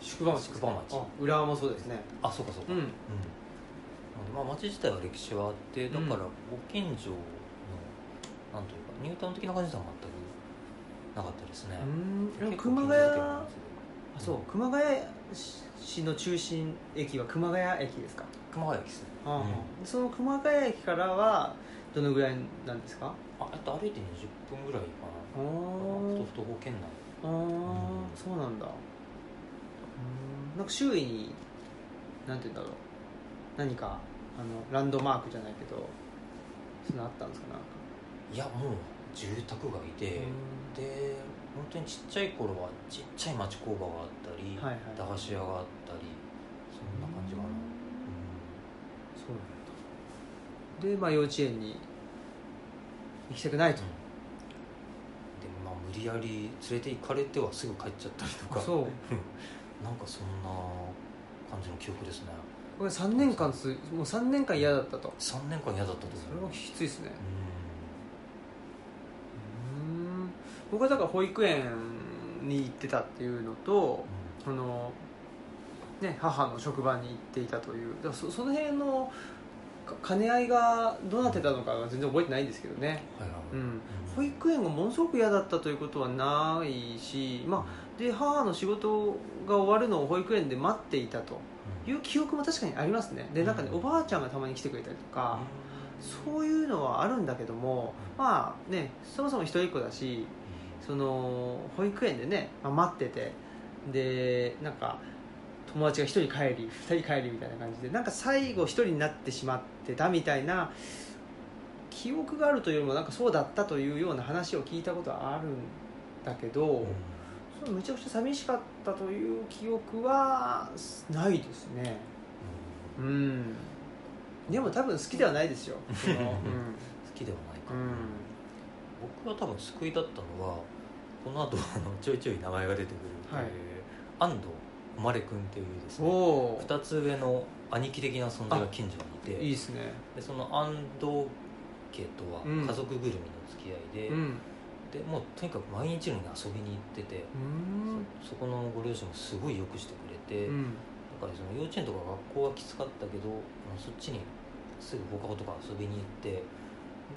ー
宿場町です
宿
ね
場町
あ浦和もそうですね
あそうかそうか
うん
なのでまあ、町自体は歴史はあってだから
うん
ご近所の、なんというかニュータウン的な感じでは全くなかったですね、
うんでも
結構
熊
近所
谷
付き合いなん
あ
ですよ
そう熊谷市の中心駅は熊谷駅ですか、
熊谷駅ですね
はあはあその熊谷駅からはどのぐらいなんですか
あえっと歩いて20分ぐらいか
お
なふと
お
ふと保険内
あー
ん
そうなんだうんなんか周囲になんて言うんだろう何かあのランドマークじゃないけどそのあったんですかなんか、
いやもう住宅街で、で本当にちっちゃい頃はちっちゃい町工場があったり、
はいはい
駄菓子屋があったりそんな感じかな、うん
そうなんだでまあ幼稚園に行きたくない
で
と、
まあ無理やり連れて行かれてはすぐ帰っちゃったりとか
そう
なんかそんな感じの記憶ですね
これ3年間つもう3年間嫌だったと
3年間嫌だったと思う
それはきついですね
う
うん僕はだから保育園に行ってたっていうのと
ん
その、ね、母の職場に行っていたというだからそその辺のか兼ね合いがどうなってたのかは全然覚えてないんですけどね、
はいは
う
い
ん、
うん
保育園がものすごく嫌だったということはないし、まあ、で母の仕事が終わるのを保育園で待っていたと
うん
いう記憶も確かにありますねでなんかね
うん
おばあちゃんがたまに来てくれたりとか、そういうのはあるんだけども
うん
まあねそもそも一人っ子だしその保育園でね、まあ待っててでなんか友達が1人帰り2人帰りみたいな感じでなんか最後1人になってしまってたみたいな記憶があるというよりもなんかそうだったというような話を聞いたことはあるんだけど、
うん
それむちゃくちゃ寂しかったという記憶はないですねうんでも多分好きではないですよ、その
好きではないか
うん
な、
うん
僕は多分救いだったのはこの後あのちょいちょい名前が出てくる、
はい
えー安藤誉れ君っていうです
お
ね
お
2つ上の兄貴的な存在が近所にいて
いいですね
でその安藤家とは
うん
家族ぐるみの付き合いで、
うん
でもうとにかく毎日のように遊びに行ってて、
うん
そそこのご両親もすごいよくしてくれて、
うん
だからその幼稚園とか学校はきつかったけどあのそっちにすぐ放課後とか遊びに行って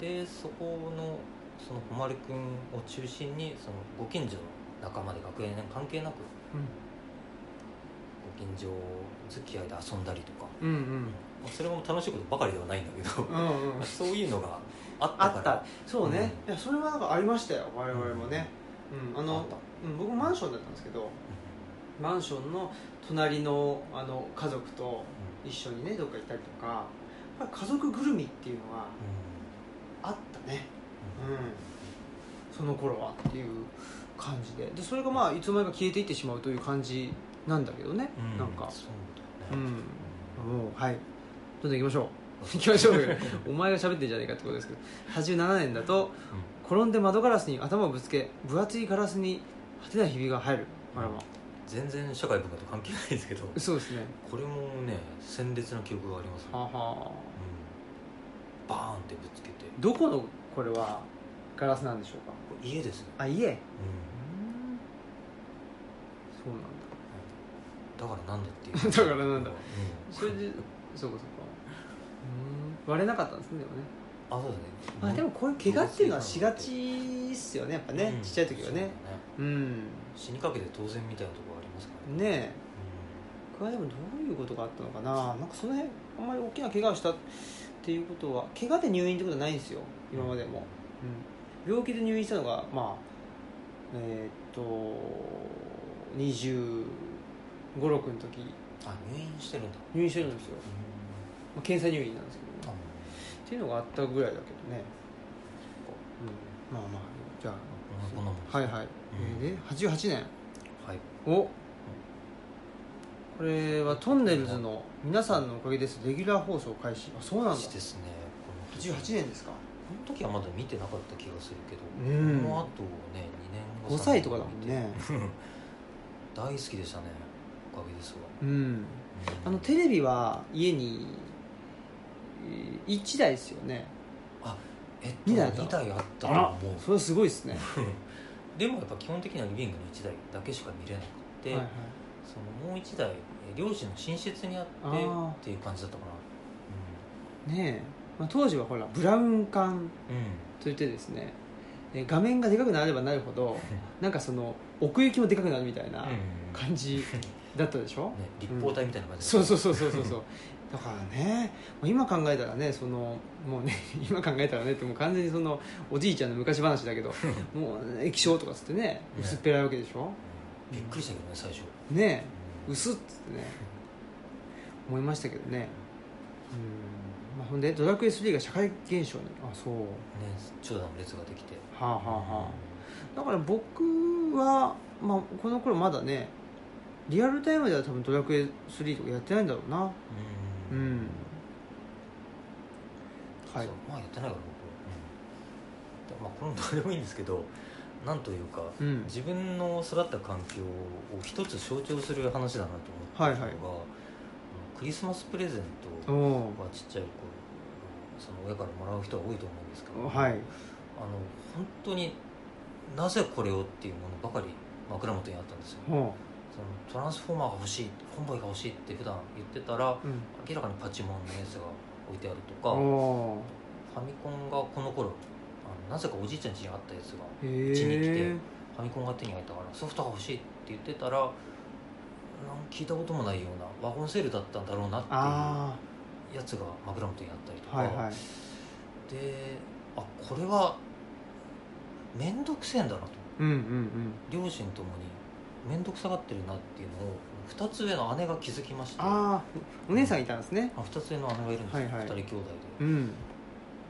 でそこのその誉くんを中心にそのご近所の仲間で学園関係なくご近所付き合いで遊んだりとか、
うんうん
まあそれも楽しいことばかりではないんだけど、
うんうんうん
まあ <laughs> そういうのがあった
あ
か
っ
ら
たそうね、
うん
いやそれはなんかありましたよ我々もね、うんあ
あ
の
った
うん、僕マンションだったんですけどマンションの隣のあの家族と一緒にねどっか行ったりとかやっぱり家族ぐるみっていうのはあったね
うんうんうん
うんその頃はっていう感じででそれがまあいつの間にか消えていってしまうという感じなんだけどね、
うん
なんか
そうだ
う
よね、
んもうはいどんどん行きましょう行きましょうよお前が喋ってんじゃねえかってことですけど87年だと転んで窓ガラスに頭をぶつけ分厚いガラスに果てないひびが入るあらま
全然社会文化と関係ないですけど
そうですね
これもね鮮烈な記憶がありますね、
はあはあ
うん、バーンってぶつけて
どこのこれはガラスなんでしょう
これ家ですね、
かあ家うん
う
そうなんだ
ん、だからなんだってい
<laughs>
う
だからなんだ
うん、
それでそうかそうかうん割れなかったんですねでもね
あそうだね
あでもこういう怪我っていうのはしがちっすよねやっぱね、
うん
ちっちゃい時はね
そうだ
うん
死にかけて当然みたいなところありますから
ねえこれはでもどういうことがあったのかななんかその辺あんまり大きな怪我をしたっていうことは怪我で入院ってことはないんですよ今までも、うん、病気で入院したのがまあえーっと2 5 6の時
うんあ入院してるんだ
入院してるんですよ、
う
まあ、検査入院なんですけどね
んあ
っていうのがあったぐらいだけどね、うん、まあまあじゃあ
こんなもんです
はいはい、
うん
えーで88年
はい
おこれはトンネルズの皆さんのおかげですレギュラー放送開始あそうなんだ
しですねこの時
88年ですか
この時はまだ見てなかった気がするけど、
うん
この後ね2年後
5歳とかだもんね
大好きでしたねおかげですわ、
うん
うん
あのテレビは家にえー1台ですよね
えっと、
二台あった
2台あったと思う <laughs>
それはすごいですね
でもやっぱ基本的にはリビングの1台だけしか見れなくて、
はいはい
そのもう1台え両親の寝室にあって
あー
っていう感じだったかな
ねえ、まあ、当時はほらブラウン管
うん、うん
といってですねえー画面がでかくなればなるほどなんかその奥行きもでかくなるみたいな感じだったでしょ、
ね、立方体みたいな感じ
そうそううそうそうそうそうだからねもう今考えたらねそのもうね <laughs> 今考えたらねってもう完全にそのおじいちゃんの昔話だけどもう液晶とかつってね
ね
薄っぺらいわけでしょ
びっくりしたけどね最初、
ねえ
うん
薄っつってね思いましたけどねうん、まあ、ほんで「ドラクエ3」が社会現象にあそう
ね長蛇の列ができて
はあはあはあだから僕は、まあ、この頃まだねリアルタイムでは多分「ドラクエ3」とかやってないんだろうなう
う
ん
ん、は
はいい、
まあやってないから僕、うんまあ、これもどうでもいいんですけどなんというか、
うん
自分の育った環境を一つ象徴する話だなと思ったのが、
はいはい
クリスマスプレゼン
お
トは
お
ちっちゃい頃その親からもらう人は多いと思うんですけど、
は
あ
い
の本当になぜこれをっていうものばかり枕元にあったんですよ
ほ
そのトランスフォーマーが欲しいコンボイが欲しいって普段言ってたら
う、うん、
明らかにパチモンのやつが置いてあるとか、
お
ファミコンがこの頃あのなぜかおじいちゃん家にあったやつが
ー
うちに来て
へー
ファミコンが手に入ったからソフトが欲しいって言ってたらなん聞いたこともないようなワゴンセールだったんだろうなってい
あ
うやつが枕元にあったりと
あ
か、
はいはい
であこれは面倒くせえんだなと
うんうん
両親ともに面倒くさがってるなっていうのを2つ上の姉が気づきましてあ
ああお姉さんいたんですね
2つ上の姉がいるんですよ、
はい
二
はい
2人兄弟
うん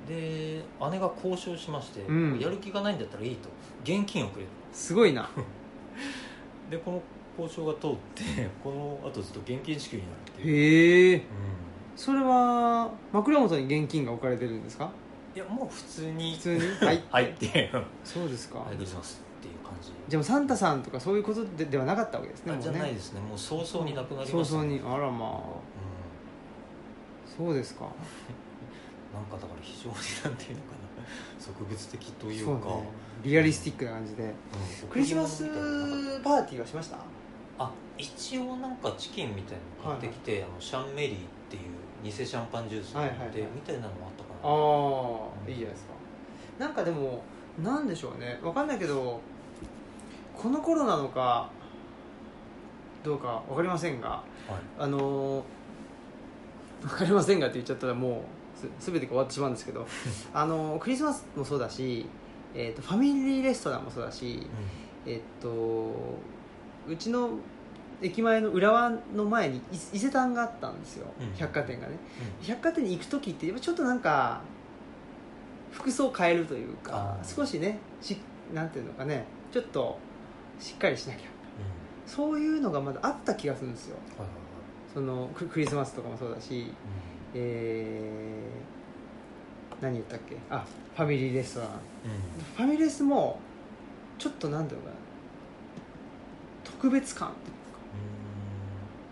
でで姉が交渉しまして、
うん
やる気がないんだったらいいと現金をくれと
すごい
<laughs>
な
でこの交渉が通って <laughs> このあとずっと現金支給になるっていう、
へえ
う
それは枕元に現金が置かれてるんですか
ん、いやもう普通に
普
<laughs>
通にはい
はいっ
<laughs>
ていう
そうですか、
はいクリスマスっていう感じ
じゃあサンタさんとかそういうことでではなかったわけですね
あ
もう
じゃ
ね
ないですねもう早々になくなりました、
早々にあらまあ
う
そうですか
ん、なんかだから非常になんていうのかな <laughs> 植物的という
そ
か
うねリアリスティックな感じで
うん
クリスマス
贈り物みたいなのなかっ
パーティーはしました
たあ一応なんかチキンみたいなの買ってきて、あのシャンメリーっていう偽シャンパンジュースで、
はいはいはい
みたいなのもあったかな
ああ
うん
いいじゃないですかなんかでもなんでしょうねわかんないけどこの頃なのかどうかわかりませんが
はい
あのーわかりませんがって言っちゃったらもうす全てが終わってしまうんですけどあのークリスマスもそうだし、えー、とファミリーレストランもそうだし、えっとうちの駅前の浦和の前に伊伊勢丹があったんですよ、
うん
百貨店がね百貨店に行く時ってやっぱちょっとなんか服装変えるというか
あー
少しねしなんていうのかねちょっとしっかりしなきゃ
う
そういうのがまだあった気がするんですよ
んうんはいはいはい
そのククリスマスとかもそうだし、えー何言ったっけあファミリーレストラン
うんう
フ
ん
ァミレスもちょっとなんだろうな特別感っていうか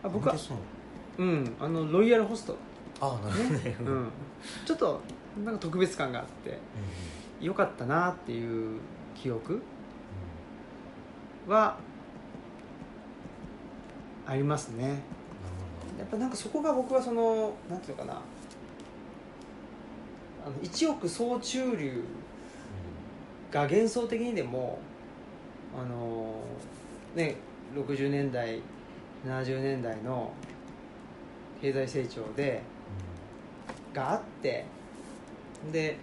あ僕は
本当そう
うんあのロイヤルホスト、
ああなるほどね
う
うんうん
ん、ちょっとなんか特別感があって良かったなっていう記憶はありますねやっぱなんかそこが僕はそのなんていうのかなあの一億総中流が幻想的にでもあのーね60年代70年代の経済成長でがあってで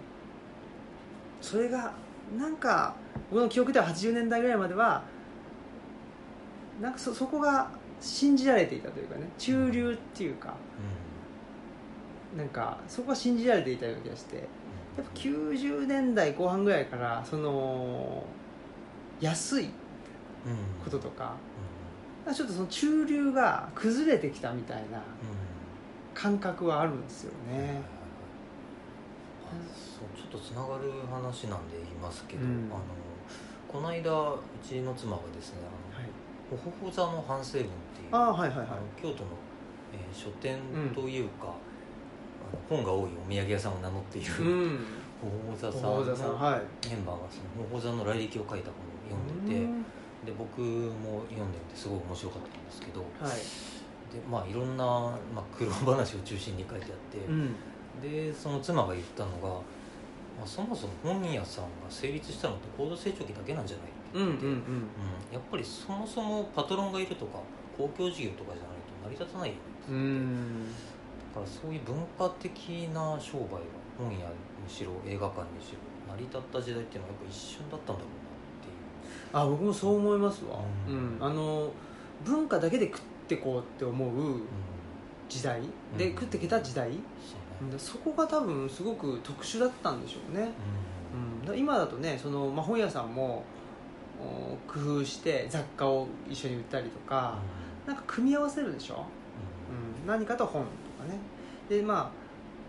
それがなんか僕の記憶では80年代ぐらいまではなんかそそこが信じられていたというかね中流っていうかなんかそこが信じられていたような気がしてやっぱ90年代後半ぐらいからその安いこととかちょっとその中流が崩れてきたみたいな感覚はあるんですよね
ねそうちょっとつながる話なんで言いますけど、
うん
あのこの間うちの妻がですね「あ
はい
のほほほ座の反省文」っていう
ああはいはいはい
あの京都の、えー書店というか、あの本が多いお土産屋さんを名乗っている、
う
ほ
ん
ほほ座さん
大田さん
の
はい
メンバーがそのほほ座の来歴を書いた本を読んでて、
うん
で僕も読んでてすごい面白かったんですけど
はい
でまあいろんな、まあ、苦労話を中心に書いてあって、
うん
でその妻が言ったのが、まあ、そもそも本屋さんが成立したのって高度成長期だけなんじゃない
う
って
んう
言
ん
って、うんやっぱりそもそもパトロンがいるとか公共事業とかじゃないと成り立たないよねって
うんう
言っ
ん
てだからそういう文化的な商売が本屋にしろ映画館にしろ成り立った時代っていうのはやっぱ一瞬だったんだろ
あ
うなっていう
僕もそう思いますわ
う
うんんあの文化だけで食ってこうって思う時代で
うん
食ってきた時代
そう
うん
ね
でそこが多分すごく特殊だったんでしょうね
う
うんん、だから今だとねその、まあ、本屋さんもお工夫して雑貨を一緒に売ったりとか、なんか組み合わせるでしょ、うん、何かと本とかねでまあ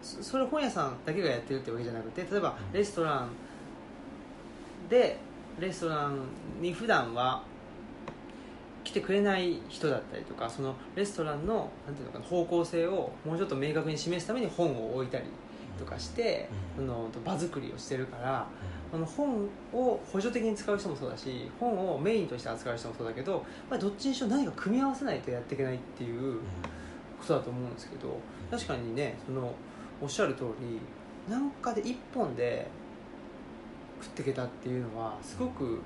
そそれ本屋さんだけがやってるってわけじゃなくて例えば
うん
レストランでレストランに普段は来てくれない人だったりとかそのレストランのなんていうのかな方向性をもうちょっと明確に示すために本を置いたりとかして、
うん
その場作りをしてるからあの本を補助的に使う人もそうだし本をメインとして扱う人もそうだけど、まあ、どっちにしろ何か組み合わせないとやっていけないっていうことだと思うんですけど確かにねそのおっしゃる通りなんかで一本で食っていけたっていうのはすごく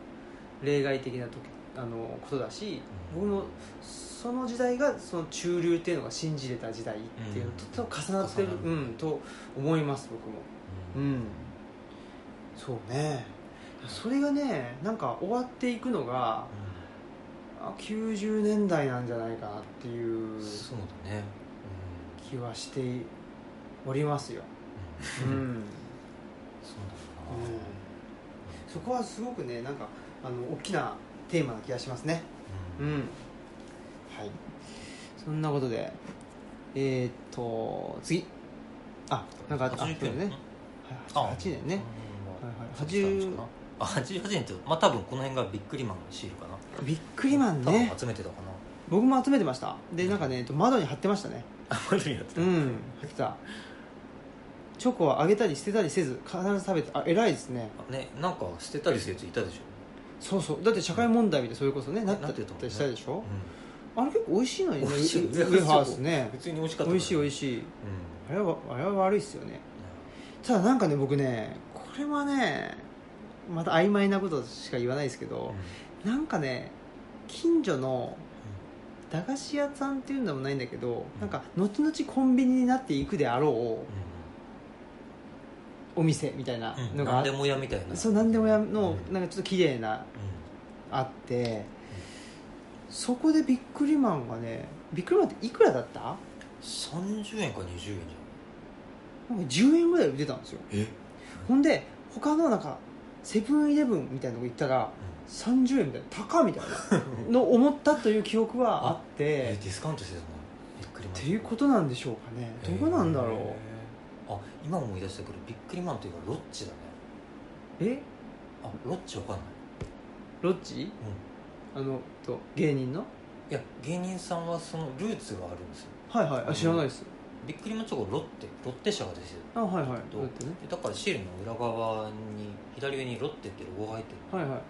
例外的な時あのことだし僕もその時代がその中流っていうのが信じれた時代っていうのとと重なってる、
重な
う
る
ん、と思います僕も。
う
うん
うん
んそうねそれがねなんか終わっていくのがあ90年代なんじゃないかなっていう
そうだね
気はしておりますよ、
う
う
んうん
ん
そうだな
うんそこはすごくねなんかあの大きなテーマな気がしますね
う
うんんはいそんなことでえー、っと次あなんかああそうだ
89
ね
年
はい8年ね
うん
はいはい
88かなあ88年ってまあ多分この辺がビックリマンのシールかな
ビックリマン
多
ね
分集めてたかな
僕も集めてましたでなんかねえっと窓に貼ってましたね
あまりやってた
う
うん
ん入ってたチョコはあげたり捨てたりせず必ず食べてあ偉いですね
ねなんか捨てたりするやついたでし
そうそうだって社会問題みたいなそれこそねなった
なっ
り
てたもんね
したでし
ょ
ょ、あれ結構美味しいのにね
美味しい
ウェウェハースね
普通に美味しかった
美味しい美味
しい
しいあれはあれは悪いっすよねただなんかね僕ねこれはねまた曖昧なことしか言わないですけど、なんかね近所の駄菓子屋さんっていうのもないんだけど、
ん
なんか後々コンビニになっていくであろうお店みたいな
うんうん
のが、
何でも屋みたいな
そうなんでも屋の
うん
なんかちょっと綺麗なあってそこでびっくりマンがねびっくりマンっていくらだった
うん30円か20円じゃん
なんか10円ぐらいで売ってたんですよ
え
ほんで他のなんかセブンイレブンみたいなとこ行ったら30円みたいな高っみたいなの思ったという記憶はあっ
<laughs> え
て
ディスカウントしてたのびっくりマン
っていうことなんでしょうかねどうなんだろう
うあ今思い出したけどびっくりマンというかロッチだね
え
あロッチわかんない
ロッチ
う
あのと芸人の
んいや芸人さんはそのルーツがあるんですよ
はいはいあ知らないです
びっくりマンチョコロッテロッテ社が出してる
あはいはいど
どう
うやってね
でだからシールの裏側に左上にロッテってロゴが入ってる
はいはい
で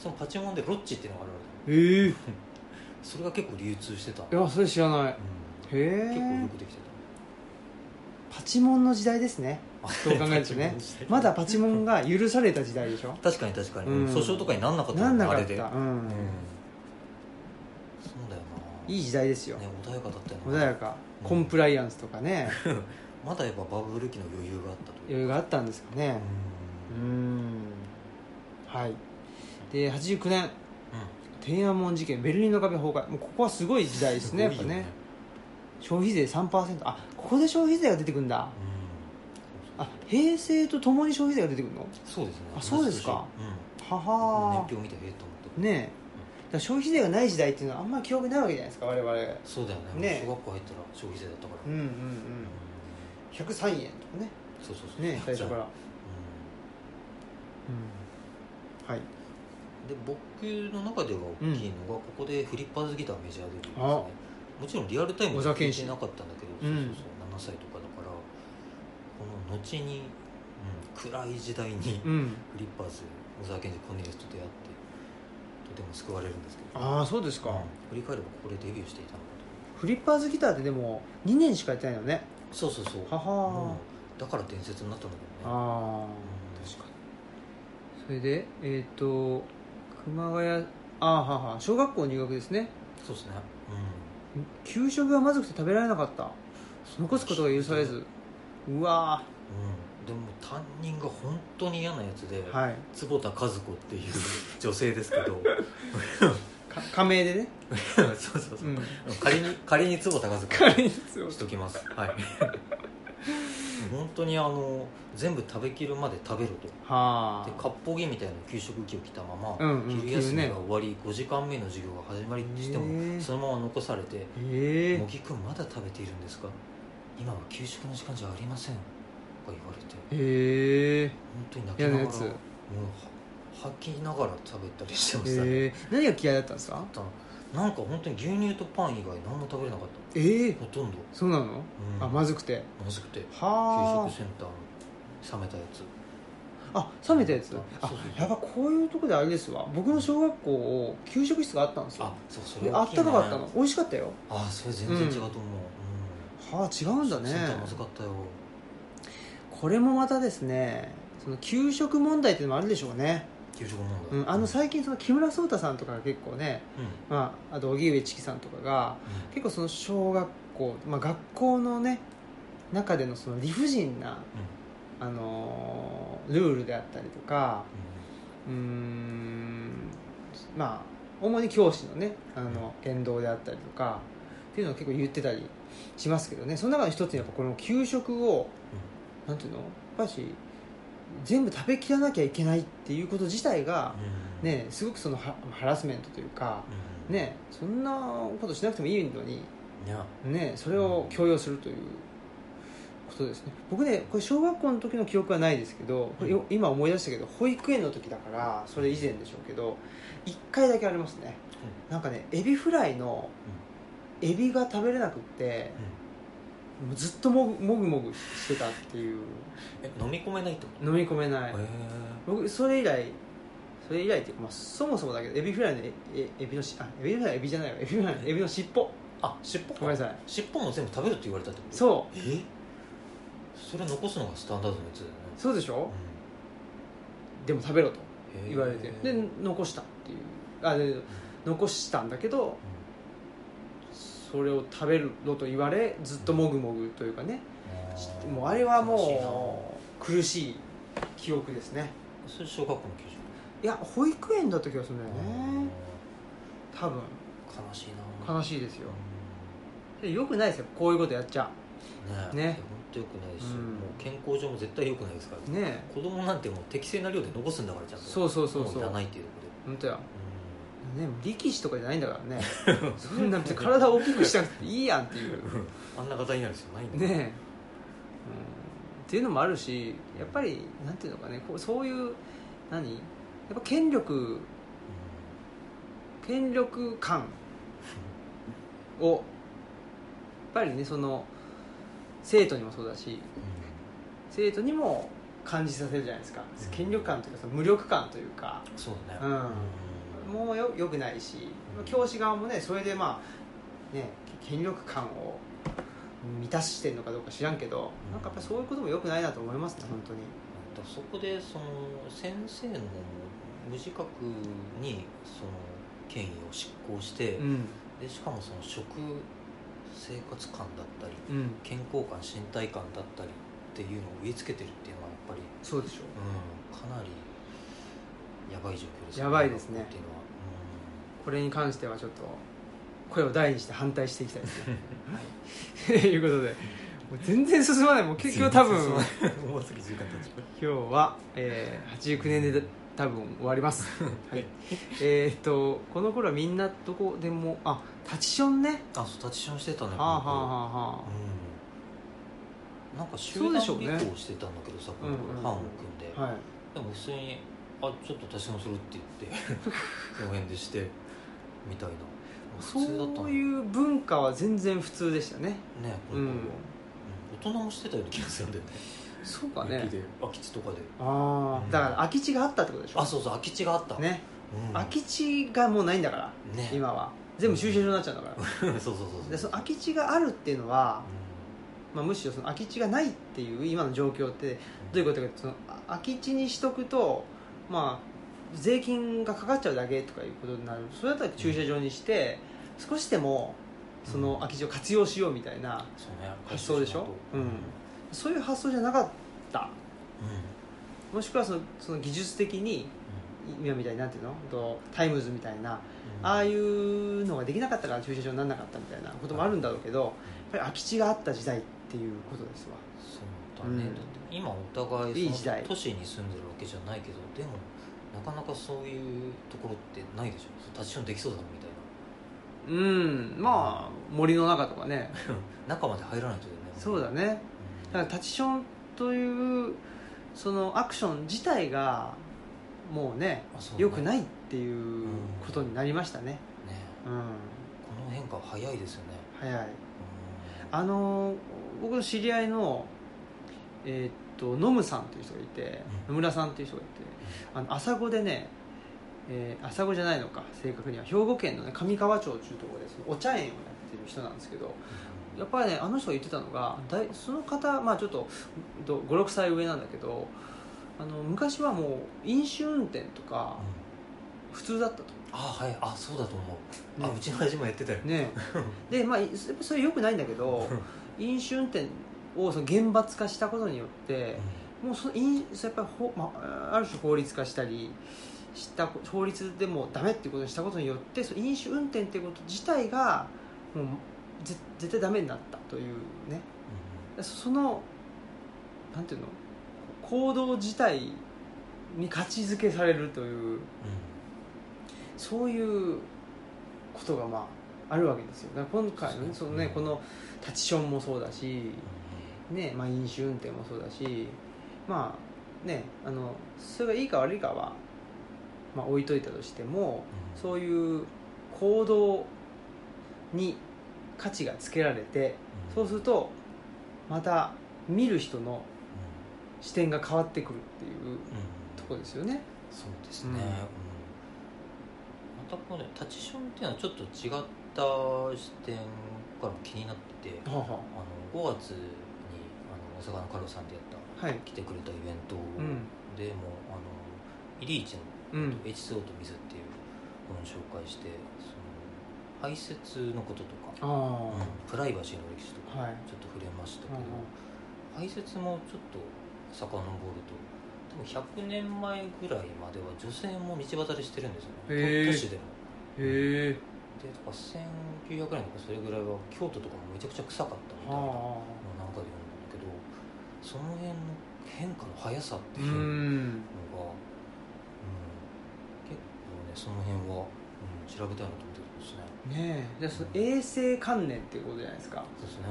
そのパチモンでロッチっていうのがあるわけ
ええ
それが結構流通してた、
いやそれ知らないへ
うん結構よ
え
くできてた
パチモンの時代ですねそう考えるとねまだパチモンが許された時代でしょ
確かに確かに、
うん
訴訟とかになんなかったも
なんなか
あ
っ
れで、
たう
うん
ん
そうだよない
い時代ですよ
ね、穏やかだったよ
穏
な
やか
うん
コンプライアンスとか
<laughs>
ね
まだやっぱバブル期の余裕があった
い
と
ろ
いう
いろあったんですかねう
うん
ーんはいで89年天安門事件ベルリンの壁崩壊もうここはすごい時代ですね
ごいよ
やっぱね消費税3%あここで消費税が出てくるんだ
うん
あ平成とともに消費税が出てくるの
そうですね
あそうですかは
うん年
は
表見てええと思って
ねえだから消費税がない時代っていうのはあんまり記憶ないわけじゃないですか我々う
そうだよね
ね
小学校入ったら消費税だったから、
んうんうん
うん
103円とかね
そうそうそう
ねえ最初か
う
ら、
ん
はい
で僕の中では大きいのが、ここでフリッパーズギターメジャーデビューですね
あ
もちろんリアルタイム
小
で
沢
聞
健
い
二
てなかったんだけ
う
ど、
ん
そうそうそう7歳とかだからこの後に、うん、暗い時代に
うん
フリッパーズ小沢健二コーネリアスと出会ってとても救われるんですけど
ああそうですか、
うん振り返ればここでデビューしていたのか
フリッパーズギターってでも2年しかやってないのね
とそうそうそう
はは
うんだから伝説になったんだけどね
ああ
うん
確かにそれでえっ、と熊谷ああはは小学校入学ですね
そうですね、
給食がまずくて食べられなかった残すことが許されずうわ
うん、でも担任が本当に嫌なやつで、
ーはい
坪田和子っていう女性ですけ
<laughs>
ど
か仮名でね、
そうそうそう、
うん、
仮に <laughs> 仮に坪田和子
仮にそう
しときますはい本当にあの全部食べきるまで食べろと
は
で割烹着みたいな給食着を着たまま、
うんうん
昼休み
着るね
が終わり5時間目の授業が始まりにして
へ
も
え
そのまま残されて
あ
「
え
茂木君まだ食べているんですか今は給食の時間じゃありません」とか言われて
ええ
本当に泣きながら
嫌なやつ
もうは吐きながら食べたりしてましたね、
えー、何が嫌いだったんですか
なんか本当に牛乳とパン以外何も食べれなかっ
ええ
たほとんど、
そうなの、
うん
あまずくて
まずくて給
は
食センターの冷めたやつ
ああ冷めたやつ
そう
あ
そう
やっぱこういうとこであれですわ僕の小学校給食室があったんですよ
あそうそ
で
れ
あ
大
っ
きい
た
ね
かかったの美味しかったよ
あそれ全然違うと思う、
はあ違う
うん
んだね
センターまずかったよ
これもまたですねその給食問題っていうのもあるでしょうね、
給食問
う
題、
ん、あの最近その木村颯太さんとかが結構ね、
うん、
まあ、あと荻上チキさんとかが結構その小学校、まあ、学校のね中でのその理不尽な、あのールールであったりとかうーんまあ主に教師のねあの言動であったりとかっていうのを結構言ってたりしますけどねその中の一つにやっぱこの給食を、なんていうのやっぱし全部食べきらなきゃいけないっていうこと自体が、
うん
ねすごくそのハハラスメントというか、
うん
ねそんなことしなくてもいいのに、
いや
ねそれを強要するということですね僕ねこれ小学校の時の記憶はないですけどこれよ今思い出したけど保育園の時だからそれ以前でしょうけど1回だけありますね、なんかねエビフライのエビが食べれなくってもうずっともぐもぐもぐしてたっていう
え飲み込めないってこ
飲み込めない、
とへ
僕それ以来それ以来っていうか、まあ、そもそもだけどエビフライのええエビのしあエビフライエビじゃないわエビフライのエビの尻尾
ーあ尻尾か
ごめんなさい
尻尾も全部食べるって言われたってことう
そ
えそれ残すのがスタンダードのやつだよね
うそうでし
う
ょ
ん
でも食べろと
へえ
言われてで
うん
残したっていうあで残したんだけどそれを食べるのと言われずっともぐもぐというかね
あー
もうあれは
楽しいな
もう苦しい記憶ですね
それ小学校の給
いや保育園だった気がするんだ
食
よね多分
悲しいな
悲
し
しいですよ
い
よくないですよこういうことやっちゃ
ね
ね
ね本当よくないし、
うん
もう健康上も絶対良くないですから、
ねえ
子供なんてもう適正な量で残すんだからちゃんと
そうそうそうそ
もういらな
う
いっていうことで
本当や
う
ね力士とかじゃないんだ
<laughs>
からねそんな別に体を大きくしなくていいやんっていうね
んあんな方になる必要ないん
え、
だ
うん、っていうのもあるしやっぱりなんていうのかねこうそういう何やっぱ権力権力感をやっぱりねその生徒にもそうだし
うん
生徒にも感じさせるじゃないですか権力感というかその無力感というか
そうだね
うんもうよよくないし教師側もねそれでまあね権力感を満たしてるのかどうか知らんけどなんかやっぱそういうこともよくないなと思いますね本当に
だからそこでその先生の無自覚にその権威を執行して、
うん
でしかもその食生活感だったり
うん
健康感身体感だったりっていうのを植え付けてるっていうのはやっぱり、
そうでしょ
うん、かなりやばい状況です
やばいですね
学校っていうのは、
これに関してはちょっと声を大にして反対していきたいですねはいということでもう全然進まないもう結局多分今
<laughs> 分もうすぐ時間経っちゃう
日は、えー、89年で多分終わります
<laughs>
はいえーっとこの頃はみんなどこでもあタチションね
あそう立ちションしてたね
はあはあ
この
は
頃
あはあ
うんなんか集
そう
団
でしょうね
下校してたんだけどさ、こ
うん
の
うん
頃班を組んで、
はい、
でも普通に「あちょっと足し算する」って言って
<laughs>
その辺でしてみたいな
そ
普通だった
う
ね
いう文化は全然普通でしたね
ねこ
う
の頃
ん
は、うん大人もしてたような気がするんだよね
そうかね
雪で空き地とかで
ああだから空き地があったってことでしょ
あそうそう空き地があった、
ね、
うん
空き地がもうないんだから
ね
今は全部駐車場になっちゃうんだから
<laughs> そうそうそうそう
でその空き地があるっていうのは
う、ん
まあ、むしろその空き地がないっていう今の状況ってどういうことかというとそのあ空き地にしとくとまあ税金がかかっちゃうだけとかいうことになるそれだったら駐車場にして少しでもその空き地を活用しようみたいな
そうね
発想でしょ
うん、
うんそういう発想じゃなかったもしくはそのその技術的に今みたいになんていうのとタイムズみたいなああいううのができなかったから駐車場にならなかったみたいなこともあるんだろうけどやっぱり空き地があった時代っていうことですわ
そうだね、
うん
だって今お互い
いい時代
その都市に住んでるわけじゃないけどでもなかなかそういうところってないでしょ立ちションできそうだな <laughs> みたい
うんまあ森の中とかね
な中まで入らないとだよね
そうだ、ねだからタチションというそのアクション自体がもうね良くないいっていうことになりましたね
ね
うん
この変化は早いですよね
早い
うん
あのー僕の知り合いのえーっとノムさんという人がいて
う
野村さんという人がいてあの朝子でね、えー朝子じゃないのか正確には兵庫県の、ね、上川町というところでそのお茶園をやってる人なんですけどやっぱりねあの人が言ってたのがだいその方、まあ、ちょっと56歳上なんだけどあの昔はもう飲酒運転とか
うん
普通だったと。
あはいあそうだと思う、あ
ね
うちの親父もやってたよ、
ね、でまあいそれよくないんだけど飲酒運転をその厳罰化したことによってもうその飲それやっぱりほ、まあ、ある種法律化したりしたこ法律でもうダメっていうことにしたことによってその飲酒運転っていうこと自体がもうぜ絶対ダメになったというねそのなんていうの行動自体に価値づけされるというそういうことがまああるわけですよだから今回の,、ね
そ
そうの
ですね
ね、このタチションもそうだし、ねまあ、飲酒運転もそうだしまあねあのそれがいいか悪いかは、まあ、置いといたとしても
う
そういう行動に価値がつけられてそうする
と、
とまた見る人の
うん
視点が変わってくるっていう
うん
ところですよね
そうですね、うんまたこのタチションっていうのはちょっと違った視点からも気になっててあ
はは
の5月にあの大阪のカルロさんでやった
はい
来てくれたイベント
うん
でも、あのイリーチ
う
の
ん
えっと H2O と水っていう本を紹介してその排泄のことと
あ
か、
あ
うんプライバシーの歴史とか
はい
ちょっと触れましたけ
うん
ど、
うん
排泄もちょっと遡ると多分100年前ぐらいまでは女性も道端でしてるんですよ
へ
ね
ー
都市でも
へえ
でだから1900年とかそれぐらいは京都とかもめちゃくちゃ臭かった
あ
みたいなのを
あ
なんかで読んだんだけどその辺の変化の速さって
う
いうのが、うん
ん
結構ねその辺は、うん、調べたいなと思ってるんですね
ねえじゃあその衛生観念っていうことじゃないですか、
そうですね、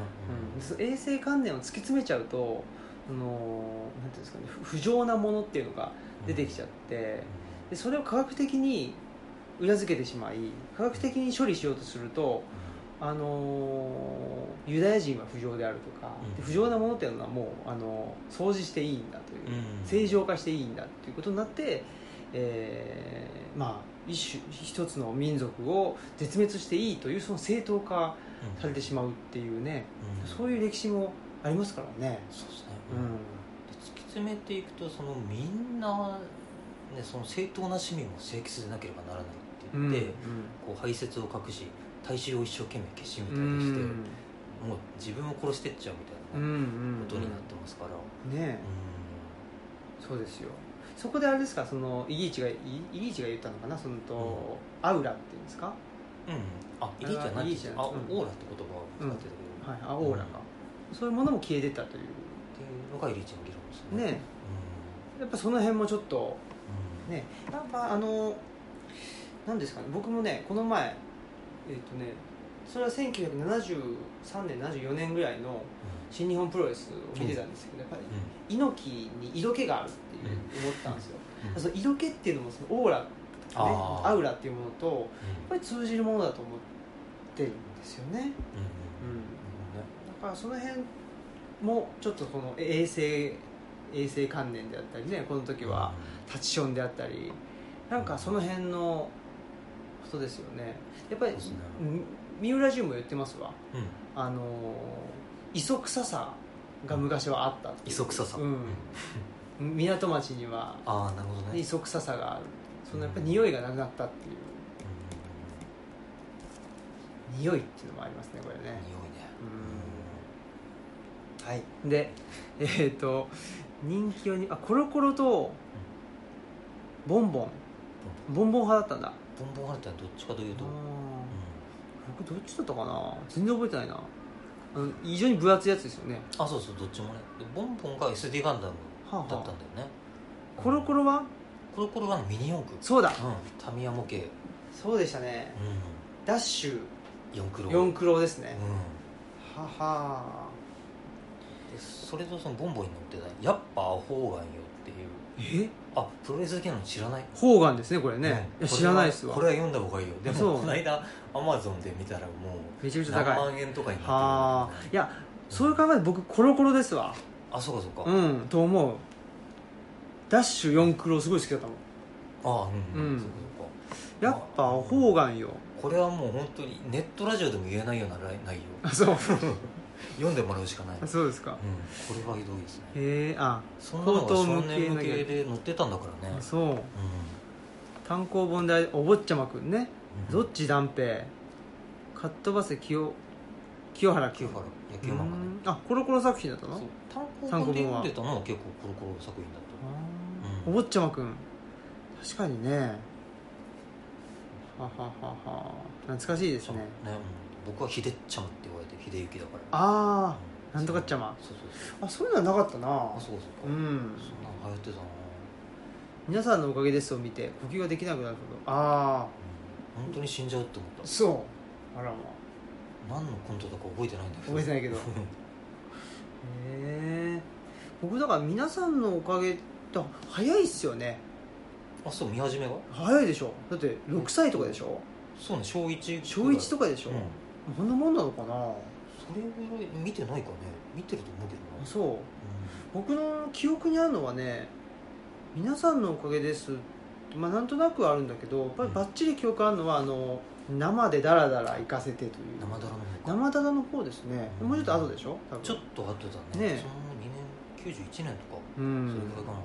うん、その衛生観念を突き詰めちゃうとあのなんていうんですかね不不浄なものっていうのが出てきちゃ
っ
って
て、
でそれを科学的に裏付けてしまい科学的に処理しようとすると、あのーユダヤ人は不浄であるとか、
うん
で不浄なものっていうのはもう、あのー掃除していいんだという、
うん
正常化していいんだということになって、えーまあ一種一つの民族を絶滅していいというその正当化されてしまうっていうね、
うん
そういう歴史もありますからね。
そうですね、
う
うん
ん
で突き詰めていくとそのみんな、ね、その正当な市民も清潔でなければならないって
う
言
ん
って、こう排泄を隠し体臭を一生懸命消しみたいにして、もう自分を殺してっちゃうみた
う
いなね
ん
ことになってますから、うん
ねえそうですよそこであれですかそのイギーチがイイギーチが言ったのかなそのと、アウラっていうんですか、
うんあイギーじゃない
イギーじゃない
あ
うん
オーラって言葉を使ってたけど、
はい、あオーラが、そういうものも消えてったとい
っていうのがイリーチの理論です
う
ね
ねえやっぱその辺もちょっと
うんうん
ねやっぱあの何ですかね僕もねこの前えっ、とねそれは1973年74年ぐらいの新日本プロレスを見てたんですけど、やっぱり猪木に色気があるっていう思ったんですよ、
うん
その色気っていうのもそのオーラ、ね、
あー
アウラっていうものとやっ
うん
ぱり通じるものだと思ってるんですよね
うん
うん
うんね
だからその辺もちょっとこの衛生衛生観念であったりねこの時はタッチションであったりなんかその辺のことですよねやっぱり
そうですね
うん三浦淳も言ってますわ
うんうん
あのー磯臭さが昔はあったっていう
磯臭さ、
うん港町には
ああなるほどね、
磯臭さがあるそのやっぱり匂いがなくなったっていう
うん
匂いっていうのもありますねこれね
匂いね
はい、でえっ、と人気をにあコロコロとボンボンボンボン派だったんだ
ボンボンハルタはどっちかというと、うん
僕どっちだったかな全然覚えてないなあの非常に分厚いやつですよね
あそうそうどっちもねでボンボンが SD ガンダム
はあはあ
だったんだよね、
コロコロは
コロコロはミニ四駆
そうだ
うんタミヤ模型、うん、
そうでしたねダッシュ
四駆ロ
四駆郎ですね
う、
はは
んでそれとそのボンボンに乗ってたやっぱアホーガンよっていう
え
あプロレス好きなの知らない
方眼ですねこれね、
うん
いや知らないですわ
これはこれは読んだ方がいいよでも
そう
この間アマゾンで見たらも
めちゃ
う
めちゃ高い
何
は
万円とかになっ
あ
てる
いやそういう考えで僕コロコロですわ
あそうかそうか、
うんと思うダッシュ四駆郎すごい好きだったもん
あうん、
うん
そうかそうか
やっぱ方眼よ
これはもう本当にネットラジオでも言えないような内内容
あそう
読んでもらうしかない、うん、こ
そうですか
れはひどいですね
へえあ
そんなのが
高
少年
等
向
無
け
形
で載ってたんだからね
そう
う
単行本でお坊ちゃまくんね
ん
どっち断平かっ飛ばせ清清原
清
清
原野球
う
漫画ね
んあコロコロ作品だったの
そう
単
単
行
行本で
本は
読んでたのは結構コロコロ作品だと
あー
うん
お坊ちゃまくん確かにねはははは懐かしいです
そう
ね
ね、うん僕は秀っちゃんって言われて秀幸だから
あ
うん
なんとかっちゃま
そうそうそう
ああそういうのはなかったな
あそうか
ん
そううかそんなの流行ってたな
皆さんのおかげですを見て呼吸ができなくなるほどああ
うん本当に死んじゃうって思った
そうあらま
何のコントだか覚えてないんだけ
覚
ど
えてないけど
うん
へえ僕だから皆さんのおかげだ早いっすよね
<laughs> あそう見始めが
早いでしょだって6歳とかでしょ
そうね小一
小1とかでしょ、
うん
こんなもんなのかな
それぐらい見てないかね見てると思うけど
あ
な
そう僕の記憶にあるのはね「皆さんのおかげです」まあなんとなくあるんだけどやっぱり
うん
ばっちり記憶あるのはあの生でダラダラ行かせてという
生だらの方か
生ダラの方ですね、
うん
もうちょっと後でしょ多分
ちょっと後だね
ねえ
その2年91年とか
う
それ
ん
ぐらいかな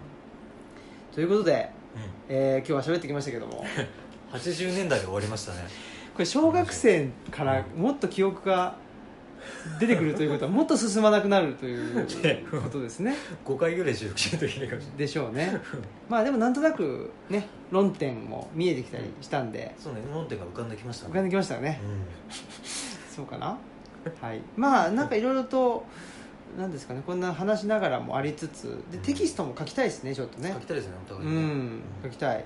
ということで、
う
えー今日は喋ってきましたけど
<laughs>
も
80年代で終わりました
<laughs>
ね
これ小学生からもっと記憶が出てくるということはもっと進まなくなると
<laughs>
いうことですね
5回ぐらい収録してる時だから
でしょうねまあでもなんとなくね論点も見えてきたりしたんで
そうね論点が浮かんできました
浮
ね
かんできましたよねそうかなはいまあなんかいろいろとなんですかねこんな話しながらもありつつでテキストも書きたいですねちょっと
うん、
ね
書きたいですねお
う
互いにね
ん書きたい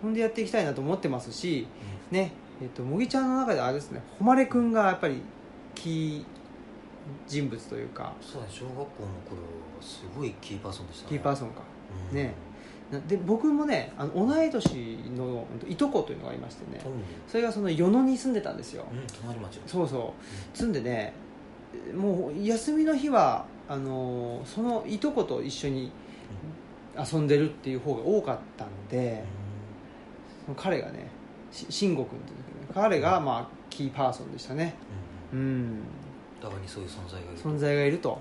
ほんでやっていきたいなと思ってますしねえっと茂木ちゃんの中であれですね誉くんがやっぱりキー人物というか
そうね小学校の頃すごいキーパーソンでしたね
キーパーソンか
うん
ねなで僕もねあの同い年のうんといとこというのがいましてね
うん
それがその与野に住んでたんですよ
うん隣町の
そうそう住んでねもう休みの日はあのーそのいとこと一緒に遊んでるっていう方が多かったんで
う
その彼がねし慎吾君っていうんですけどね彼がまあキーパーソンでしたねうん
うん
ん
お互いにそういう存在がいる
存在がいると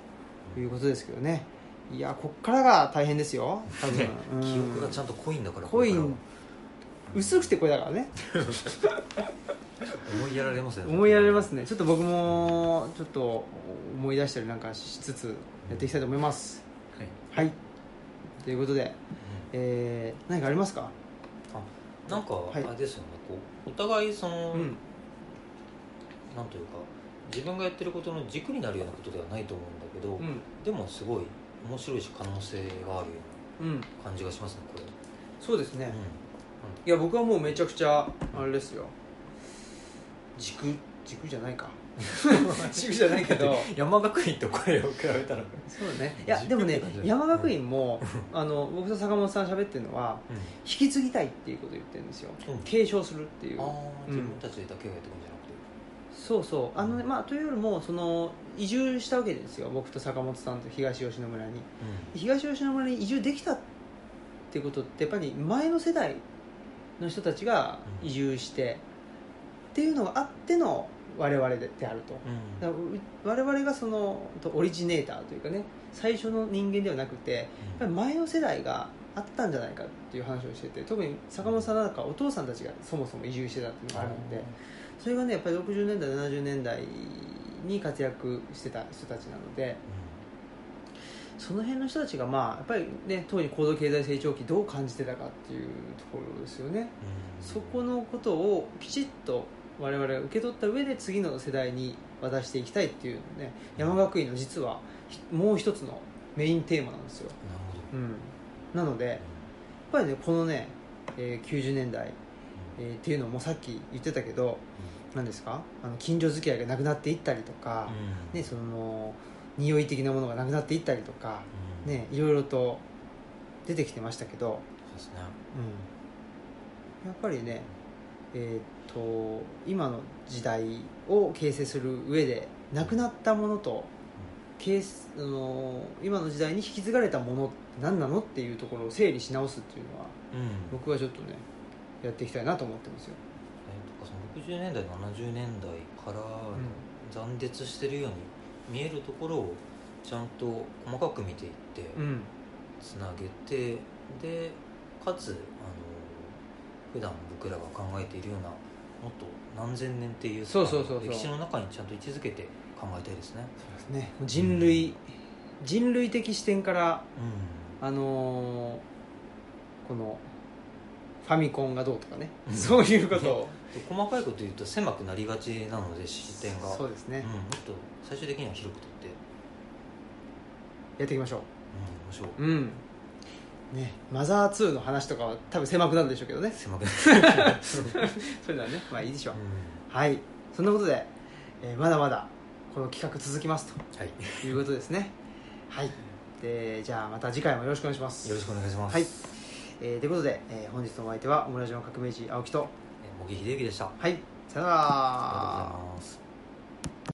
いうことですけどねいやこっからが大変ですよ多分
ね、 <laughs> 記憶がちゃ
ん
んと濃いんだから
濃い
これか
薄くてこれだからね
ら思いやられますね
思いやられますねちょっと僕もちょっと思い出したりなんかしつつやっていきたいと思います
はい
はいということで、
う
えー、何かありますか、
んなんか
はい
あれですよねこうお互いその、
うん、
なんというか自分がやってることの軸になるようなことではないと思うんだけど、
うん
でもすごい面白いし可能性があるよ
うん
うな感じがしますねこれ、
そうですね
うん
いや僕はもうめちゃくちゃあれですよ軸軸じゃない <laughs> か軸じゃないけど
<laughs> 山学院とこれを比べたら、うん
そうねいや
軸
でも
っ
ね
て感じだね
山学院もあの僕と坂本さん喋ってるのは引き継ぎたいっていうことを言ってるんですよ
うん
継承するっていう
ああ、
うん
自分たちだけがやってくんじゃなくて
そうそうあのね、まあ、というよりもその移住したわけですよ僕と坂本さんと東吉野村に東吉野村に移住できたってことってやっぱり前の世代の人たちが移住して、っていうのがあっての我々であると
うん、
だからう我々がそのとオリジネーターというかね最初の人間ではなくてやっぱり前の世代があったんじゃないかっていう話をしてて特に坂本さんなんかはお父さんたちがそもそも移住してたっていうのがあるんで。それがねやっぱり60年代70年代に活躍してた人たちなのでその辺の人たちがまあやっぱりね当時高度経済成長期どう感じてたかっていうところですよねそこのことをきちっと我々が受け取った上で次の世代に渡していきたいっていうね山学院の実はひもう一つのメインテーマなんですよ、
なるほど
うん、なのでやっぱりねこのね、えー90年代、えーっていうのもさっき言ってたけどなんですかあの近所付き合いがなくなっていったりとか、ね、その匂い的なものがなくなっていったりとか、ね、いろいろと出てきてましたけど、
そうですね
やっぱりね、えーっと今の時代を形成する上でなくなったものと形成あの今の時代に引き継がれたものって何なのっていうところを整理し直すっていうのは
うん
僕はちょっとねやっていきたいなと思ってますよ。
えーとかその60年代70年代から残絶してるように見えるところをちゃんと細かく見ていって
うん
つなげてでかつあの普段僕らが考えているようなもっと何千年っていう
そうそうそうそう
歴史の中にちゃんと位置づけて考えたいですね。
ね、人類、人類的視点から、
う
あのーこのファミコンがどうとかね、
うん
そういうことを
ん、で細かいこと言うと狭くなりがちなので視点が
<laughs> そうですね、
うん、もっと最終的には広くとって、
やっていきましょ
うん、面白いう
うんね、マザー2の話とかは多分狭くなるでしょうけどね
狭くな
<laughs> それならねまあいいでしょう、
る、
はいそんなことで、えーまだまだこの企画続きます
う
<laughs>
んはい
ということですねはいでじゃあまた次回もよろしくお願いします
よろしくお願いします。
はいえーということで、えー本日のお相手はオムラジオの革命児青木と
えー茂木秀幸でした。あり
はい、さよな
がとう
ら
ございます。